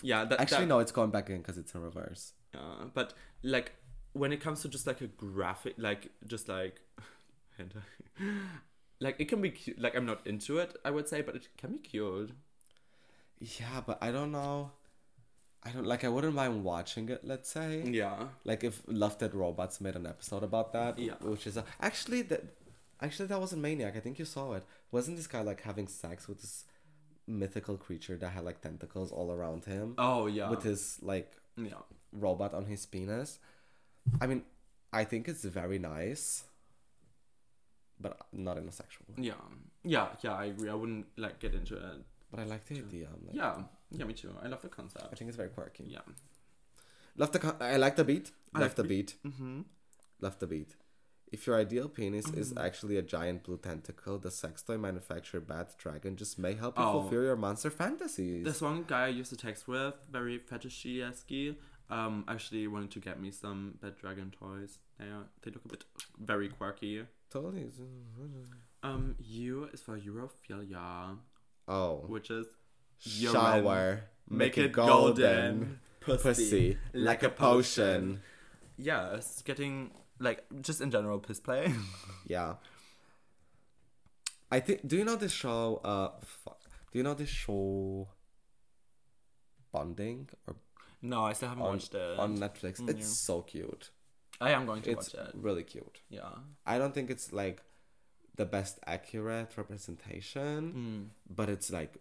[SPEAKER 2] yeah that
[SPEAKER 3] Actually,
[SPEAKER 2] that,
[SPEAKER 3] no, it's going back in because it's in reverse.
[SPEAKER 2] uh, but like when it comes to just like a graphic like just like hentai, like it can be cute like i'm not into it i would say but it can be cute
[SPEAKER 3] Yeah, but I don't know. I don't like. I wouldn't mind watching it. Let's say.
[SPEAKER 2] yeah
[SPEAKER 3] Like if Love Dead Robots made an episode about that,
[SPEAKER 2] Yeah.
[SPEAKER 3] which is a, actually that, actually that wasn't Maniac. I think you saw it. Wasn't this guy like having sex with this mythical creature that had like tentacles all around him
[SPEAKER 2] oh yeah
[SPEAKER 3] with his like
[SPEAKER 2] yeah
[SPEAKER 3] robot on his penis? I mean, I think it's very nice, but not in a sexual way.
[SPEAKER 2] yeah yeah yeah i agree i wouldn't like get into it
[SPEAKER 3] But I like the idea. I'm like,
[SPEAKER 2] yeah yeah me too i love the
[SPEAKER 3] I
[SPEAKER 2] concept
[SPEAKER 3] think it's very quirky.
[SPEAKER 2] yeah
[SPEAKER 3] Love the con- I like the beat.
[SPEAKER 2] I
[SPEAKER 3] Love
[SPEAKER 2] like
[SPEAKER 3] the
[SPEAKER 2] the
[SPEAKER 3] beat.
[SPEAKER 2] mm-hmm
[SPEAKER 3] Love the beat. If your ideal penis is actually a giant blue tentacle, the sex toy manufacturer Bad Dragon just may help you
[SPEAKER 2] Oh.
[SPEAKER 3] fulfill your monster fantasies.
[SPEAKER 2] This one guy I used to text with, very fetishy-esque, um, actually wanted to get me some Bed Dragon toys. They, are, they look a bit very quirky.
[SPEAKER 3] Totally. is-
[SPEAKER 2] Um, U is for Europhilia,
[SPEAKER 3] Oh.
[SPEAKER 2] which is urine.
[SPEAKER 3] Shower.
[SPEAKER 2] make, it golden, Pussy.
[SPEAKER 3] Pussy. Like a potion.
[SPEAKER 2] Yes, getting, like, just in general, piss play.
[SPEAKER 3] Yeah. I think. Do you know this show? Uh, fuck. Do you know this show? Bonding or
[SPEAKER 2] no, I still haven't
[SPEAKER 3] on,
[SPEAKER 2] watched it.
[SPEAKER 3] on Netflix.
[SPEAKER 2] Mm,
[SPEAKER 3] It's
[SPEAKER 2] yeah.
[SPEAKER 3] so cute.
[SPEAKER 2] I am going to
[SPEAKER 3] It's
[SPEAKER 2] watch it.
[SPEAKER 3] really cute.
[SPEAKER 2] Yeah.
[SPEAKER 3] I don't think it's like the best accurate representation,
[SPEAKER 2] Mm.
[SPEAKER 3] but it's like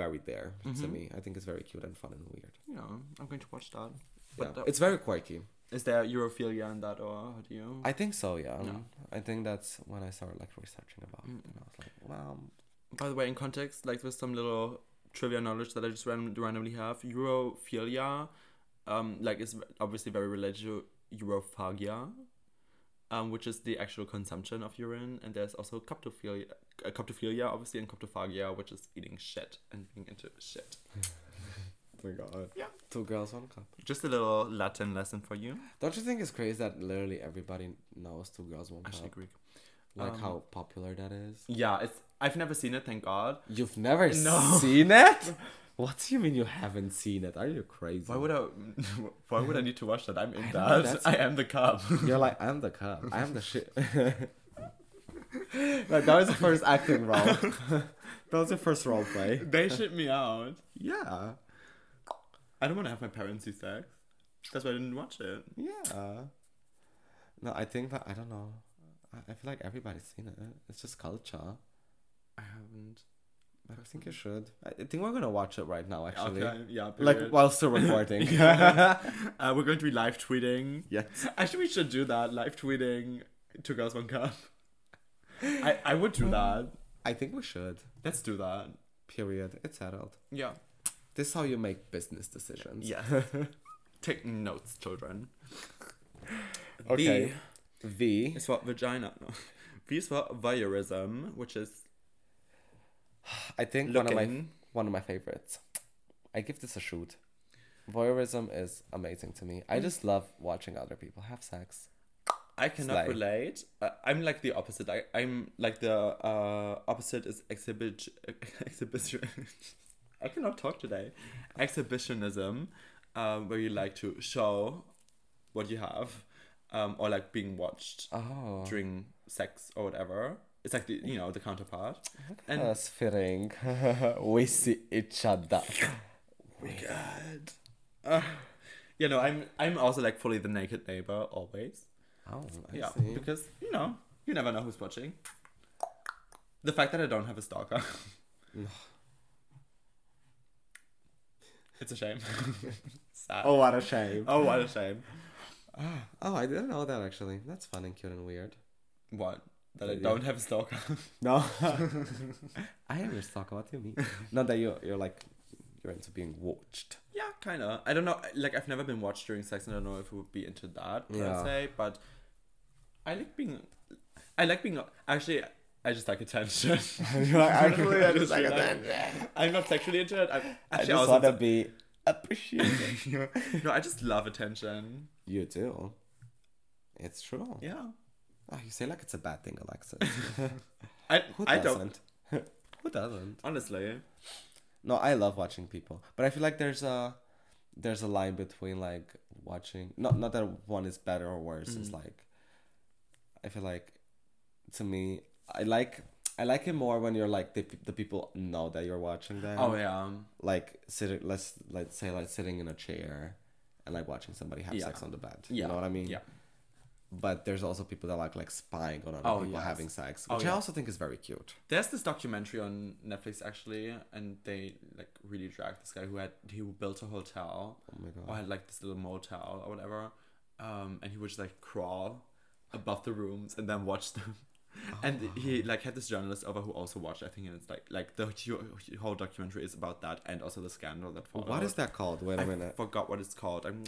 [SPEAKER 3] very there
[SPEAKER 2] Mm-hmm.
[SPEAKER 3] to me. I think it's very cute and fun and weird.
[SPEAKER 2] Yeah, I'm going to watch that.
[SPEAKER 3] Yeah.
[SPEAKER 2] But that-
[SPEAKER 3] it's very quirky.
[SPEAKER 2] Is there Europhilia in that, or how do you?
[SPEAKER 3] I think so, yeah.
[SPEAKER 2] Yeah. Mm.
[SPEAKER 3] I think that's when I started like researching about it. And I was like, wow.
[SPEAKER 2] Oh By the way, in context, like there's some little trivia knowledge that I just ran- randomly have. Europhilia, um, like is obviously very related to europhagia, um, which is the actual consumption of urine, and there's also coptophilia, uh, coptophilia obviously, and coptophagia, which is eating shit and being into shit.
[SPEAKER 3] my god.
[SPEAKER 2] Yeah.
[SPEAKER 3] Two girls, one cup.
[SPEAKER 2] Just a little Latin lesson for you.
[SPEAKER 3] Don't you think it's crazy that literally everybody knows two girls, one
[SPEAKER 2] Actually,
[SPEAKER 3] cup?
[SPEAKER 2] Greek.
[SPEAKER 3] Like
[SPEAKER 2] um,
[SPEAKER 3] how popular that is.
[SPEAKER 2] Yeah, it's. I've never seen it. Thank God.
[SPEAKER 3] You've never
[SPEAKER 2] No.
[SPEAKER 3] seen it? What do you mean you haven't seen it? Are you crazy?
[SPEAKER 2] Why would I? Why would I need to watch that? I'm in
[SPEAKER 3] I know,
[SPEAKER 2] that.
[SPEAKER 3] that's-
[SPEAKER 2] I am the cub.
[SPEAKER 3] You're like, I'm the cup. I'm the shit. like, that was the first acting role. that was the first role play.
[SPEAKER 2] they ship me out.
[SPEAKER 3] Yeah.
[SPEAKER 2] I don't want to have my parents do sex. That's why I didn't watch it.
[SPEAKER 3] Yeah. No, I think that, I don't know. I, I feel like everybody's seen it. It's just culture.
[SPEAKER 2] I haven't.
[SPEAKER 3] I think you should. I I think we're going to watch it right now, actually.
[SPEAKER 2] Okay, yeah.
[SPEAKER 3] Like,
[SPEAKER 2] Period.
[SPEAKER 3] while still recording.
[SPEAKER 2] uh, we're going to be live tweeting.
[SPEAKER 3] Yes.
[SPEAKER 2] Actually, we should do that. Live tweeting Two Girls, One Cup. I, I would do that.
[SPEAKER 3] I think we should.
[SPEAKER 2] Let's do that.
[SPEAKER 3] Period. It's settled.
[SPEAKER 2] Yeah.
[SPEAKER 3] This is how you make business decisions.
[SPEAKER 2] Yes. Take notes, children.
[SPEAKER 3] Okay.
[SPEAKER 2] V
[SPEAKER 3] V.
[SPEAKER 2] is for vagina. No. V is for voyeurism, which is
[SPEAKER 3] I think one of my
[SPEAKER 2] looking.
[SPEAKER 3] one of my favorites. I give this a shoot. Voyeurism is amazing to me. I just love watching other people have sex.
[SPEAKER 2] I cannot
[SPEAKER 3] Slay.
[SPEAKER 2] relate. Uh, I'm like the opposite. I, I'm like the uh, opposite is exhibit exhibition. I cannot talk today. Exhibitionism, um, where you like to show what you have, um, or like being watched
[SPEAKER 3] Oh,
[SPEAKER 2] during sex or whatever. It's like the you know the counterpart. And
[SPEAKER 3] that's fitting. we see each other.
[SPEAKER 2] God. Uh, you know, I'm I'm also like fully the naked neighbor always.
[SPEAKER 3] Oh, I
[SPEAKER 2] yeah,
[SPEAKER 3] see.
[SPEAKER 2] because you know, you never know who's watching. The fact that I don't have a stalker. it's a shame. Sad.
[SPEAKER 3] Oh, what a shame.
[SPEAKER 2] Oh, what a shame.
[SPEAKER 3] Oh, I didn't know that actually. That's fun and cute and weird.
[SPEAKER 2] What? That I
[SPEAKER 3] Yeah.
[SPEAKER 2] don't have a stalker.
[SPEAKER 3] No, I am your stalker. What do you mean? Not that you you're like you're into being watched.
[SPEAKER 2] yeah, kind of. I don't know. Like, I've never been watched during sex, and I don't know if I would be into that per
[SPEAKER 3] Yeah.
[SPEAKER 2] se. But I like being. I like being. Actually, I just like attention.
[SPEAKER 3] actually, I just
[SPEAKER 2] just like
[SPEAKER 3] like
[SPEAKER 2] I'm not sexually into it. I'm
[SPEAKER 3] I
[SPEAKER 2] actually
[SPEAKER 3] just
[SPEAKER 2] also
[SPEAKER 3] want to be appreciated.
[SPEAKER 2] no, I just love attention.
[SPEAKER 3] you do. It's true.
[SPEAKER 2] Yeah.
[SPEAKER 3] Oh, you say like it's a bad thing, Alexis.
[SPEAKER 2] I,
[SPEAKER 3] Who
[SPEAKER 2] I don't.
[SPEAKER 3] doesn't? Who doesn't?
[SPEAKER 2] Honestly.
[SPEAKER 3] No, I love watching people, but I feel like there's a there's a line between like watching. Not not that one is better or worse. It's
[SPEAKER 2] Mm.
[SPEAKER 3] like I feel like to me, I like I like it more when you're like the, the people know that you're watching them.
[SPEAKER 2] Oh, yeah.
[SPEAKER 3] Like sitting, let's let's say like sitting in a chair and like watching somebody have
[SPEAKER 2] Yeah.
[SPEAKER 3] sex on the bed.
[SPEAKER 2] Yeah.
[SPEAKER 3] You know what I mean?
[SPEAKER 2] Yeah.
[SPEAKER 3] But there's also people that like like spying on other
[SPEAKER 2] Oh,
[SPEAKER 3] people
[SPEAKER 2] yes.
[SPEAKER 3] having sex,
[SPEAKER 2] Oh,
[SPEAKER 3] which I
[SPEAKER 2] yeah.
[SPEAKER 3] also think is very cute.
[SPEAKER 2] There's this documentary on Netflix actually, and they like really dragged this guy who had who built a hotel
[SPEAKER 3] Oh my god.
[SPEAKER 2] or had like this little motel or whatever, um, and he would just like crawl above the rooms and then watch them. And
[SPEAKER 3] Oh.
[SPEAKER 2] he like had this journalist over who also watched. I think and it's like like the hu- whole documentary is about that and also the scandal that followed.
[SPEAKER 3] What is that called? Wait a
[SPEAKER 2] Oh, I
[SPEAKER 3] minute.
[SPEAKER 2] forgot what it's called. I'm,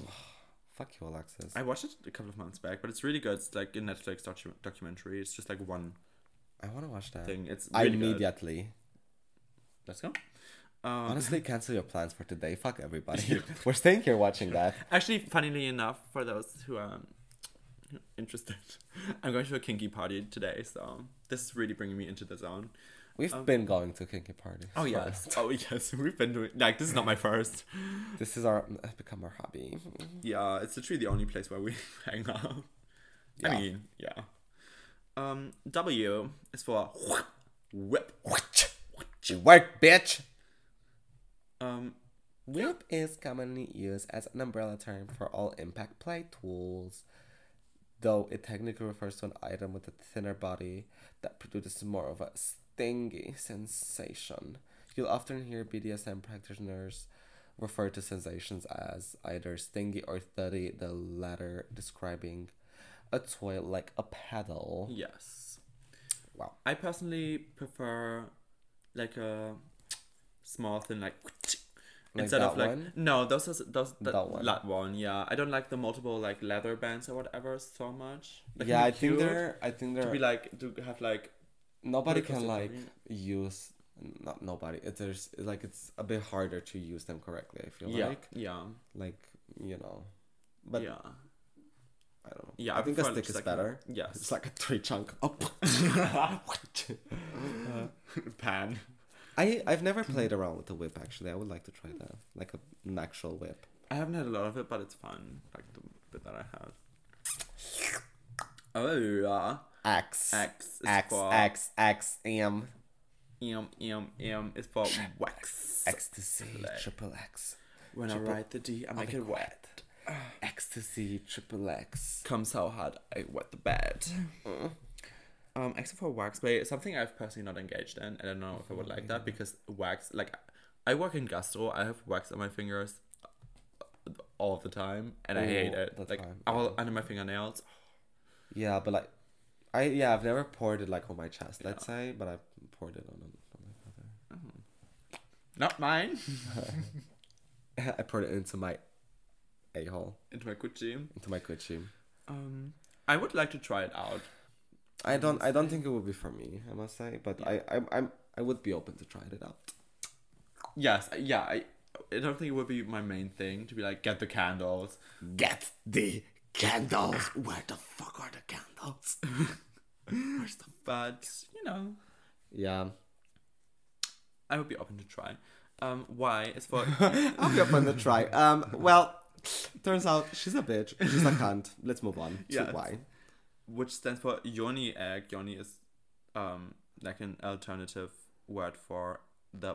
[SPEAKER 3] Fuck you, Alexis.
[SPEAKER 2] I watched it a couple of months back, but it's really good. It's like a Netflix docu- documentary. It's just like one
[SPEAKER 3] I want to watch that.
[SPEAKER 2] thing. It's
[SPEAKER 3] I
[SPEAKER 2] really good.
[SPEAKER 3] immediately.
[SPEAKER 2] Let's go. Um,
[SPEAKER 3] Honestly, cancel your plans for today. Fuck everybody. We're staying here watching that.
[SPEAKER 2] Actually, funnily enough, for those who are interested, I'm going to a kinky party today, so this is really bringing me into the zone.
[SPEAKER 3] We've been going to kinky parties.
[SPEAKER 2] Um, Oh
[SPEAKER 3] for-
[SPEAKER 2] yes, oh yes, we've been doing like this is not my first.
[SPEAKER 3] This is our it's become our hobby.
[SPEAKER 2] Yeah, it's literally the only place where we hang out. I
[SPEAKER 3] Yeah.
[SPEAKER 2] mean, yeah. Um, W is for whip.
[SPEAKER 3] Work, bitch.
[SPEAKER 2] Um,
[SPEAKER 3] Whip is commonly used as an umbrella term for all impact play tools, though it technically refers to an item with a thinner body that produces more of a stingy sensation. You'll often hear BDSM practitioners refer to sensations as either stingy or thuddy, the latter describing a toy like a paddle.
[SPEAKER 2] yes.
[SPEAKER 3] Wow.
[SPEAKER 2] I personally prefer like a small thin like,
[SPEAKER 3] Like
[SPEAKER 2] instead of
[SPEAKER 3] that
[SPEAKER 2] like
[SPEAKER 3] one?
[SPEAKER 2] no those are those that,
[SPEAKER 3] That one.
[SPEAKER 2] that one yeah I don't like the multiple like leather bands or whatever so much Like,
[SPEAKER 3] yeah, I
[SPEAKER 2] it'd be
[SPEAKER 3] think
[SPEAKER 2] cute
[SPEAKER 3] they're. I think
[SPEAKER 2] to
[SPEAKER 3] they're.
[SPEAKER 2] be like to have like
[SPEAKER 3] nobody
[SPEAKER 2] Because
[SPEAKER 3] can
[SPEAKER 2] it-
[SPEAKER 3] like use not nobody it, there's like it's a bit harder to use them correctly i feel
[SPEAKER 2] yeah
[SPEAKER 3] like
[SPEAKER 2] yeah
[SPEAKER 3] like you know but
[SPEAKER 2] yeah
[SPEAKER 3] i don't know
[SPEAKER 2] yeah
[SPEAKER 3] i, think the
[SPEAKER 2] prefer
[SPEAKER 3] stick
[SPEAKER 2] just,
[SPEAKER 3] is
[SPEAKER 2] like,
[SPEAKER 3] better it's
[SPEAKER 2] yes
[SPEAKER 3] like a three chunk oh.
[SPEAKER 2] pan
[SPEAKER 3] i i've never played around with a whip actually i would like to try that like a, an actual whip
[SPEAKER 2] I haven't had a lot of it but it's fun like the bit that I had oh yeah
[SPEAKER 3] x
[SPEAKER 2] X is
[SPEAKER 3] x
[SPEAKER 2] for
[SPEAKER 3] x x m
[SPEAKER 2] em em em is for wax
[SPEAKER 3] ecstasy
[SPEAKER 2] Slay.
[SPEAKER 3] triple x
[SPEAKER 2] When I
[SPEAKER 3] Triple-
[SPEAKER 2] write the D, I make it wet.
[SPEAKER 3] ecstasy triple x
[SPEAKER 2] Come so hard, I wet the bed. Mm. Um, except for wax play, it's something I've personally not engaged in. I don't know if I would like that because wax, like, I work in gastro. I have wax on my fingers all the time, and I hate
[SPEAKER 3] All
[SPEAKER 2] it.
[SPEAKER 3] the
[SPEAKER 2] Like,
[SPEAKER 3] time,
[SPEAKER 2] all under my fingernails.
[SPEAKER 3] Yeah, but like, I yeah, I've never poured it like on my chest, let's say, but I poured it on. on
[SPEAKER 2] Not mine.
[SPEAKER 3] my I poured it into my a hole,
[SPEAKER 2] Into my Gucci.
[SPEAKER 3] into my coochie.
[SPEAKER 2] Um, I would like to try it out.
[SPEAKER 3] I don't, I don't think it would be for me, I must say, but I, I'm, I'm, I would be open to trying it out.
[SPEAKER 2] Yes, yeah. I, I don't think it would be my main thing to be like get the candles.
[SPEAKER 3] Get the Candles. Where the fuck are the candles?
[SPEAKER 2] But you know,
[SPEAKER 3] Yeah.
[SPEAKER 2] I would be open to try. Um, why is for
[SPEAKER 3] I'll be up on the try. Um. Well, turns out she's a bitch. She's a cunt. Let's move on. to
[SPEAKER 2] Yeah.
[SPEAKER 3] Why?
[SPEAKER 2] which stands for yoni egg. Yoni is um like an alternative word for the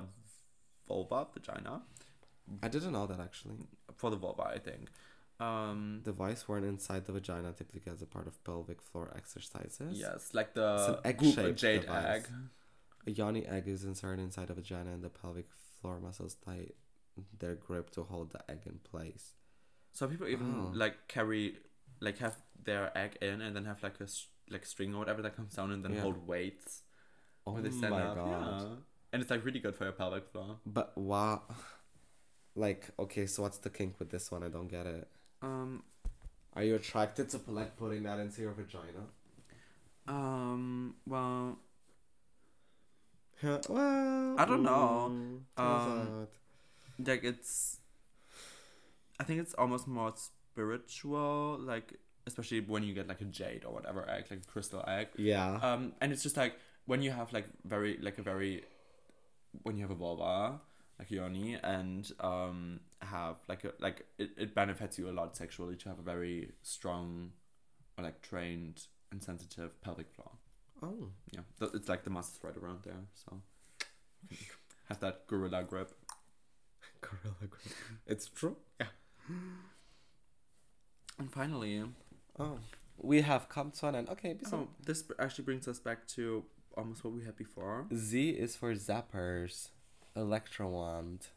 [SPEAKER 2] vulva, vagina,
[SPEAKER 3] I didn't know that actually.
[SPEAKER 2] for the vulva, I think. Um,
[SPEAKER 3] The voice worn inside the vagina typically as a part of pelvic floor exercises.
[SPEAKER 2] yes, like the
[SPEAKER 3] It's an
[SPEAKER 2] goop, a
[SPEAKER 3] egg-shaped
[SPEAKER 2] jade
[SPEAKER 3] device.
[SPEAKER 2] egg.
[SPEAKER 3] A yoni egg is inserted inside a vagina and the pelvic floor muscles tight their grip to hold the egg in place.
[SPEAKER 2] So people even
[SPEAKER 3] Oh.
[SPEAKER 2] like carry, like have their egg in and then have like a s- like string or whatever that comes down and then
[SPEAKER 3] Yeah.
[SPEAKER 2] hold weights
[SPEAKER 3] Oh
[SPEAKER 2] when they stand up. Yeah. And it's like really good for your pelvic floor.
[SPEAKER 3] But wow. Like, okay, so what's the kink with this one? I don't get it.
[SPEAKER 2] Um,
[SPEAKER 3] Are you attracted to like putting that into your vagina?
[SPEAKER 2] um, well,
[SPEAKER 3] well,
[SPEAKER 2] I don't know.
[SPEAKER 3] mm, turns
[SPEAKER 2] Um,
[SPEAKER 3] out.
[SPEAKER 2] like it's, I think it's almost more spiritual, like especially when you get like a jade or whatever egg, like a crystal egg.
[SPEAKER 3] yeah.
[SPEAKER 2] Um, and it's just like when you have like very like a very when you have a vulva like yoni and um have like a like it, it benefits you a lot sexually to have a very strong or like trained and sensitive pelvic floor.
[SPEAKER 3] oh.
[SPEAKER 2] Yeah, Th- it's like the muscles right around there, so have that gorilla grip.
[SPEAKER 3] Gorilla grip. It's true.
[SPEAKER 2] And finally,
[SPEAKER 3] Oh. We have come to an end. Okay, be
[SPEAKER 2] so Oh, this br- actually brings us back to almost what we had before.
[SPEAKER 3] Z is for zappers. Electro wand.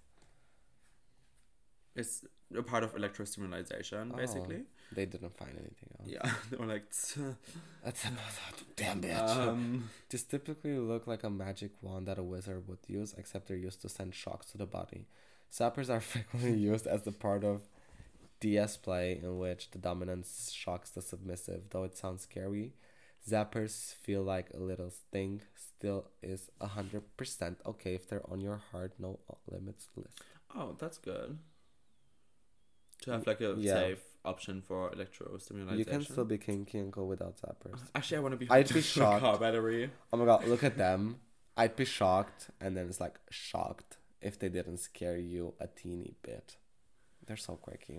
[SPEAKER 2] It's a part of electrostimulation,
[SPEAKER 3] Oh.
[SPEAKER 2] basically.
[SPEAKER 3] They didn't find anything else.
[SPEAKER 2] Yeah, they were like,
[SPEAKER 3] That's another damn
[SPEAKER 2] um,
[SPEAKER 3] This typically look like a magic wand that a wizard would use, except they're used to send shocks to the body. Zappers are frequently used as the part of DS play in which the dominant shocks the submissive. Though it sounds scary, zappers feel like a little sting. Still is a hundred percent okay if they're on your hard no limits list.
[SPEAKER 2] Oh, that's good. To have like a
[SPEAKER 3] Yeah.
[SPEAKER 2] safe option for electro stimulation.
[SPEAKER 3] You can still be kinky and go without zappers.
[SPEAKER 2] Actually, I want to be.
[SPEAKER 3] I'd be
[SPEAKER 2] hooked to a Car
[SPEAKER 3] shocked.
[SPEAKER 2] battery.
[SPEAKER 3] Oh my god, look at them. I'd be shocked, and then it's like shocked if they didn't scare you a teeny bit. They're so quirky.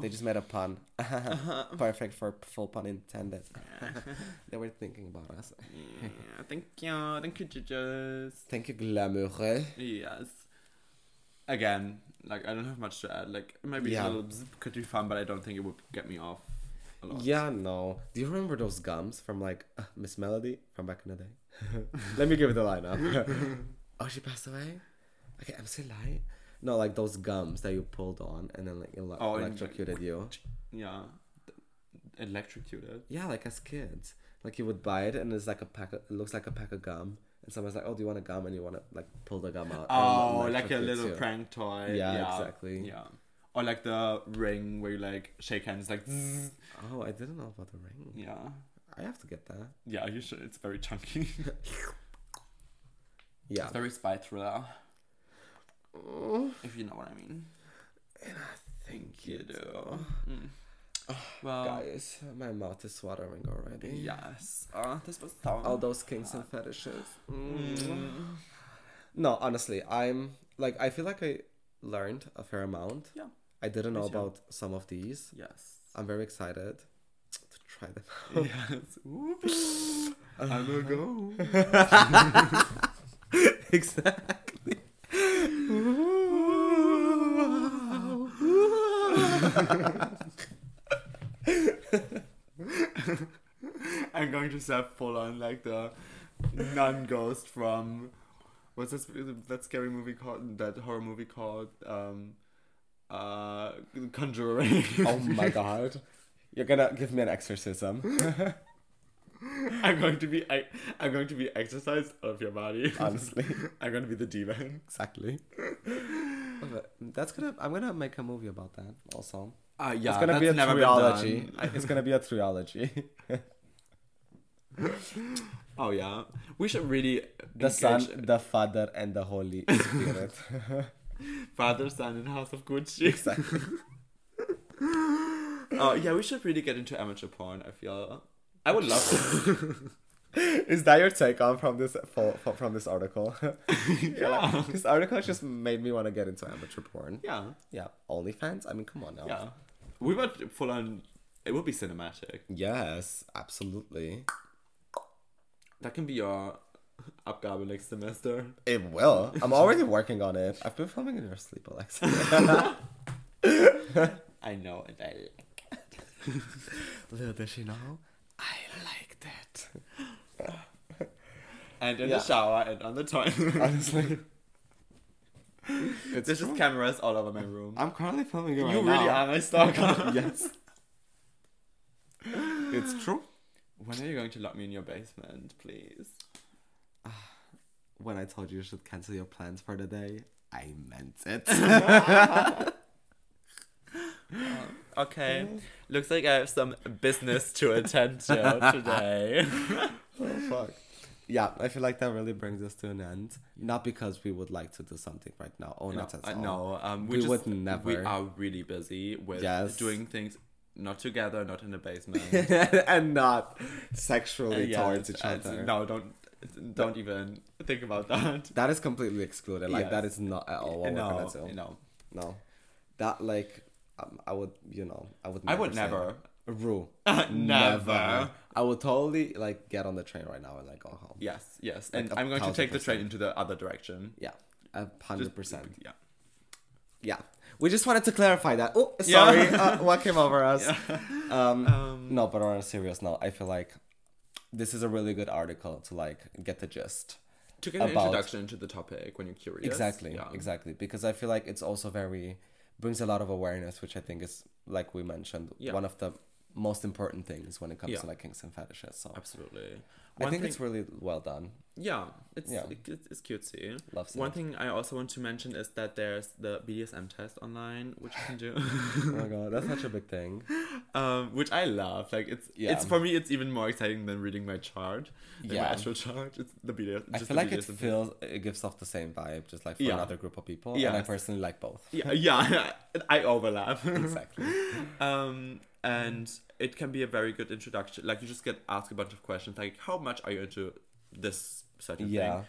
[SPEAKER 3] They just made a pun. Perfect for full pun intended. they were thinking about us.
[SPEAKER 2] yeah, thank you, thank you, judges.
[SPEAKER 3] Thank you, Glamour.
[SPEAKER 2] Yes. Again, like I don't have much to add. Like maybe
[SPEAKER 3] Yeah.
[SPEAKER 2] a little zip could be fun, but I don't think it would get me off. A lot.
[SPEAKER 3] Yeah, no. Do you remember those gums from like uh, Miss Melody from back in the day? Let me give it a line up. oh, she passed away? Okay, I'm still alive. No, like those gums that you pulled on and then like ele-
[SPEAKER 2] Oh, and-
[SPEAKER 3] electrocuted you.
[SPEAKER 2] Yeah. Th- Electrocuted.
[SPEAKER 3] Yeah, like as kids, like you would buy it, and it's like a pack. Of, it looks like a pack of gum, and someone's like, "Oh, do you want a gum?" And you want to like pull the gum out. and
[SPEAKER 2] Oh, like a
[SPEAKER 3] electrocute
[SPEAKER 2] little
[SPEAKER 3] you.
[SPEAKER 2] prank toy.
[SPEAKER 3] Yeah, exactly.
[SPEAKER 2] Yeah. Or like the ring where you like shake hands, like. Zzz.
[SPEAKER 3] Oh, I didn't know about the ring.
[SPEAKER 2] Yeah.
[SPEAKER 3] I have to get that.
[SPEAKER 2] Yeah, you should. It's very chunky.
[SPEAKER 3] Yeah.
[SPEAKER 2] It's very spy thriller,
[SPEAKER 3] Oh,
[SPEAKER 2] if you know what I mean.
[SPEAKER 3] thank
[SPEAKER 2] You
[SPEAKER 3] you,
[SPEAKER 2] do. Mm. Well,
[SPEAKER 3] uh, guys. My mouth is watering already.
[SPEAKER 2] yes. Uh, this was so.
[SPEAKER 3] All those kinks and fetishes. Mm.
[SPEAKER 2] Mm.
[SPEAKER 3] No, honestly, I'm like I feel like I learned a fair amount.
[SPEAKER 2] Yeah.
[SPEAKER 3] I didn't
[SPEAKER 2] Me
[SPEAKER 3] know
[SPEAKER 2] too.
[SPEAKER 3] about some of these.
[SPEAKER 2] Yes.
[SPEAKER 3] I'm very excited to try them.
[SPEAKER 2] yes. Whoop. I'm a go.
[SPEAKER 3] exactly.
[SPEAKER 2] I'm going to step full on like the nun ghost from what's this that scary movie called that horror movie called um uh Conjuring.
[SPEAKER 3] Oh my god. You're gonna give me an exorcism.
[SPEAKER 2] I'm going to be I, I'm going to be exercised out of your body.
[SPEAKER 3] Honestly.
[SPEAKER 2] I'm going to be the demon.
[SPEAKER 3] Exactly. That's gonna I'm gonna make a movie about that also.
[SPEAKER 2] Uh, yeah,
[SPEAKER 3] it's gonna be a
[SPEAKER 2] that's never been
[SPEAKER 3] trilogy.
[SPEAKER 2] done.
[SPEAKER 3] It's gonna be a trilogy.
[SPEAKER 2] Oh yeah, we should really
[SPEAKER 3] the
[SPEAKER 2] engage
[SPEAKER 3] Son, the Father and the Holy Spirit.
[SPEAKER 2] father, son, and house of Gucci.
[SPEAKER 3] exactly.
[SPEAKER 2] Oh yeah, we should really get into amateur porn. I feel I would love to.
[SPEAKER 3] Is that your take on from this fo- fo- from this article? You're like, this article just made me want to get into amateur porn.
[SPEAKER 2] yeah,
[SPEAKER 3] Yeah, OnlyFans. I mean, come on now.
[SPEAKER 2] yeah. We would full on. It would be cinematic.
[SPEAKER 3] Yes, absolutely.
[SPEAKER 2] That can be your upgabe next semester.
[SPEAKER 3] It will. I'm already working on it. I've been filming in your sleep, Alexa.
[SPEAKER 2] I know, and I like it.
[SPEAKER 3] Little does she know, I like that.
[SPEAKER 2] And in
[SPEAKER 3] Yeah.
[SPEAKER 2] the shower and on the toilet.
[SPEAKER 3] Honestly,
[SPEAKER 2] There's just cameras all over my room.
[SPEAKER 3] I'm currently filming it
[SPEAKER 2] you
[SPEAKER 3] right
[SPEAKER 2] really
[SPEAKER 3] now.
[SPEAKER 2] are my stalker.
[SPEAKER 3] yes. It's true.
[SPEAKER 2] When are you going to lock me in your basement, please?
[SPEAKER 3] When I told you you should cancel your plans for the day, I meant it.
[SPEAKER 2] Okay. Looks like I have some business to attend to today.
[SPEAKER 3] Oh, fuck. Yeah, I feel like that really brings us to an end. Not because we would like to do something right now. Oh,
[SPEAKER 2] no,
[SPEAKER 3] not at
[SPEAKER 2] uh,
[SPEAKER 3] all.
[SPEAKER 2] no, um,
[SPEAKER 3] We
[SPEAKER 2] we, just,
[SPEAKER 3] would
[SPEAKER 2] We
[SPEAKER 3] never.
[SPEAKER 2] are really busy with
[SPEAKER 3] Yes.
[SPEAKER 2] doing things not together, not in the basement.
[SPEAKER 3] and not sexually
[SPEAKER 2] Yeah,
[SPEAKER 3] towards each
[SPEAKER 2] it's- it's-
[SPEAKER 3] other.
[SPEAKER 2] No, don't don't even think about that.
[SPEAKER 3] That is completely excluded. Like, that
[SPEAKER 2] Yes.
[SPEAKER 3] is not at all what we're
[SPEAKER 2] no,
[SPEAKER 3] going to do.
[SPEAKER 2] no.
[SPEAKER 3] No. That, like, um, I would, you know, I would
[SPEAKER 2] I
[SPEAKER 3] never.
[SPEAKER 2] would
[SPEAKER 3] say
[SPEAKER 2] never.
[SPEAKER 3] that. Rule.
[SPEAKER 2] Never.
[SPEAKER 3] I would totally, like, get on the train right now and, like, go home. Yeah.
[SPEAKER 2] Yes, yes. And
[SPEAKER 3] Like a
[SPEAKER 2] I'm going to
[SPEAKER 3] thousand
[SPEAKER 2] take the train
[SPEAKER 3] percent.
[SPEAKER 2] into the other direction.
[SPEAKER 3] A hundred
[SPEAKER 2] Just-
[SPEAKER 3] percent.
[SPEAKER 2] Yeah.
[SPEAKER 3] Yeah. We just wanted to clarify that. Oh,
[SPEAKER 2] Yeah.
[SPEAKER 3] sorry. uh, what came over us? Um,
[SPEAKER 2] Um,
[SPEAKER 3] No, but on a serious note, I feel like this is a really good article to like get the gist.
[SPEAKER 2] to get an
[SPEAKER 3] about-
[SPEAKER 2] introduction to the topic when you're curious.
[SPEAKER 3] exactly,
[SPEAKER 2] Yeah.
[SPEAKER 3] exactly, because I feel like it's also very brings a lot of awareness, which I think is like we mentioned
[SPEAKER 2] Yeah.
[SPEAKER 3] one of the most important things when it comes
[SPEAKER 2] Yeah.
[SPEAKER 3] to like kinks and fetishes. So
[SPEAKER 2] Absolutely.
[SPEAKER 3] I
[SPEAKER 2] One
[SPEAKER 3] think
[SPEAKER 2] thing-
[SPEAKER 3] it's really well done.
[SPEAKER 2] Yeah, it's
[SPEAKER 3] Yeah.
[SPEAKER 2] it- it's, it's cutesy.
[SPEAKER 3] Love seeing
[SPEAKER 2] One
[SPEAKER 3] it.
[SPEAKER 2] thing I also want to mention is that there's the BDSM test online, which you can
[SPEAKER 3] oh
[SPEAKER 2] do,
[SPEAKER 3] my god, that's such a big thing.
[SPEAKER 2] um, which I love. Like it's
[SPEAKER 3] Yeah.
[SPEAKER 2] it's for me, it's even more exciting than reading my chart, than
[SPEAKER 3] Yeah.
[SPEAKER 2] my actual chart. It's the BDSM.
[SPEAKER 3] I
[SPEAKER 2] just
[SPEAKER 3] feel
[SPEAKER 2] the
[SPEAKER 3] like it
[SPEAKER 2] BDSM test.
[SPEAKER 3] feels it gives off the same vibe, just like for
[SPEAKER 2] Yeah.
[SPEAKER 3] another group of people. and I
[SPEAKER 2] Yes.
[SPEAKER 3] personally like both.
[SPEAKER 2] Yeah, yeah, I overlap.
[SPEAKER 3] Exactly.
[SPEAKER 2] um, and it can be a very good introduction. Like you just get asked a bunch of questions, like how much are you into this certain
[SPEAKER 3] Yeah.
[SPEAKER 2] thing?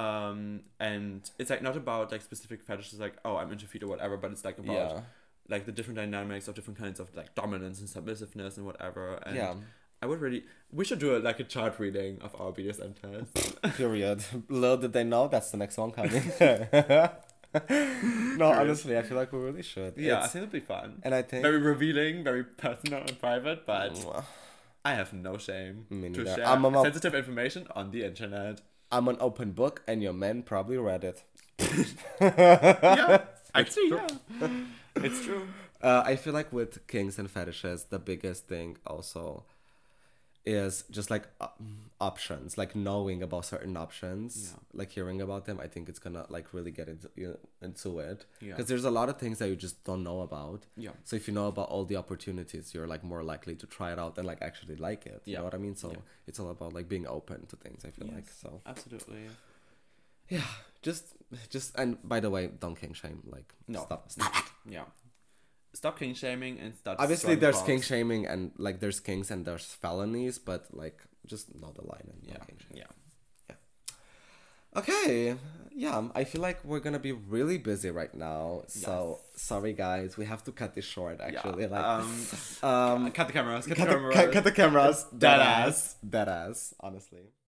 [SPEAKER 2] Um, and it's like not about like specific fetishes, like oh I'm into feet or whatever, but it's like about
[SPEAKER 3] Yeah.
[SPEAKER 2] like the different dynamics of different kinds of like dominance and submissiveness and whatever. And
[SPEAKER 3] Yeah.
[SPEAKER 2] I would really we should do a, like a chart reading of our BDSM test.
[SPEAKER 3] Period. Little did they know that's the next one coming. no, honestly, I feel like we really should.
[SPEAKER 2] yeah, I
[SPEAKER 3] It's-
[SPEAKER 2] think it'd be fun.
[SPEAKER 3] and I think
[SPEAKER 2] Very revealing, very personal and private, but
[SPEAKER 3] Mwah.
[SPEAKER 2] I have no shame
[SPEAKER 3] Me
[SPEAKER 2] to
[SPEAKER 3] neither.
[SPEAKER 2] share
[SPEAKER 3] I'm a-
[SPEAKER 2] sensitive information on the internet.
[SPEAKER 3] I'm an open book, and your men probably read it.
[SPEAKER 2] Yeah, actually, yeah, it's true.
[SPEAKER 3] Uh, I feel like with kings and fetishes, the biggest thing also is just like op- options, like knowing about certain options,
[SPEAKER 2] Yeah.
[SPEAKER 3] like hearing about them. I think it's gonna like really get into you know, into it
[SPEAKER 2] Yeah.
[SPEAKER 3] because there's a lot of things that you just don't know about.
[SPEAKER 2] Yeah.
[SPEAKER 3] So if you know about all the opportunities, you're like more likely to try it out and like actually like it. You
[SPEAKER 2] Yeah.
[SPEAKER 3] know what I mean? So
[SPEAKER 2] Yeah.
[SPEAKER 3] it's all about like being open to things. I feel like
[SPEAKER 2] Yes.
[SPEAKER 3] so.
[SPEAKER 2] Absolutely.
[SPEAKER 3] Yeah. Just just and by the way, don't king shame. Like
[SPEAKER 2] No.
[SPEAKER 3] stop.
[SPEAKER 2] Yeah. Stop king shaming and start.
[SPEAKER 3] obviously
[SPEAKER 2] destroying
[SPEAKER 3] there's
[SPEAKER 2] cars.
[SPEAKER 3] king shaming and like there's kings and there's felonies but like just not the line and
[SPEAKER 2] Yeah.
[SPEAKER 3] not king shaming.
[SPEAKER 2] Yeah.
[SPEAKER 3] okay yeah i feel like we're gonna be really busy right now so sorry guys we have to cut this short actually
[SPEAKER 2] Yeah.
[SPEAKER 3] like
[SPEAKER 2] um,
[SPEAKER 3] um
[SPEAKER 2] cut the cameras. Cut,
[SPEAKER 3] cut
[SPEAKER 2] the
[SPEAKER 3] the,
[SPEAKER 2] cameras.
[SPEAKER 3] cut, cut the cameras
[SPEAKER 2] Dead ass.
[SPEAKER 3] dead ass honestly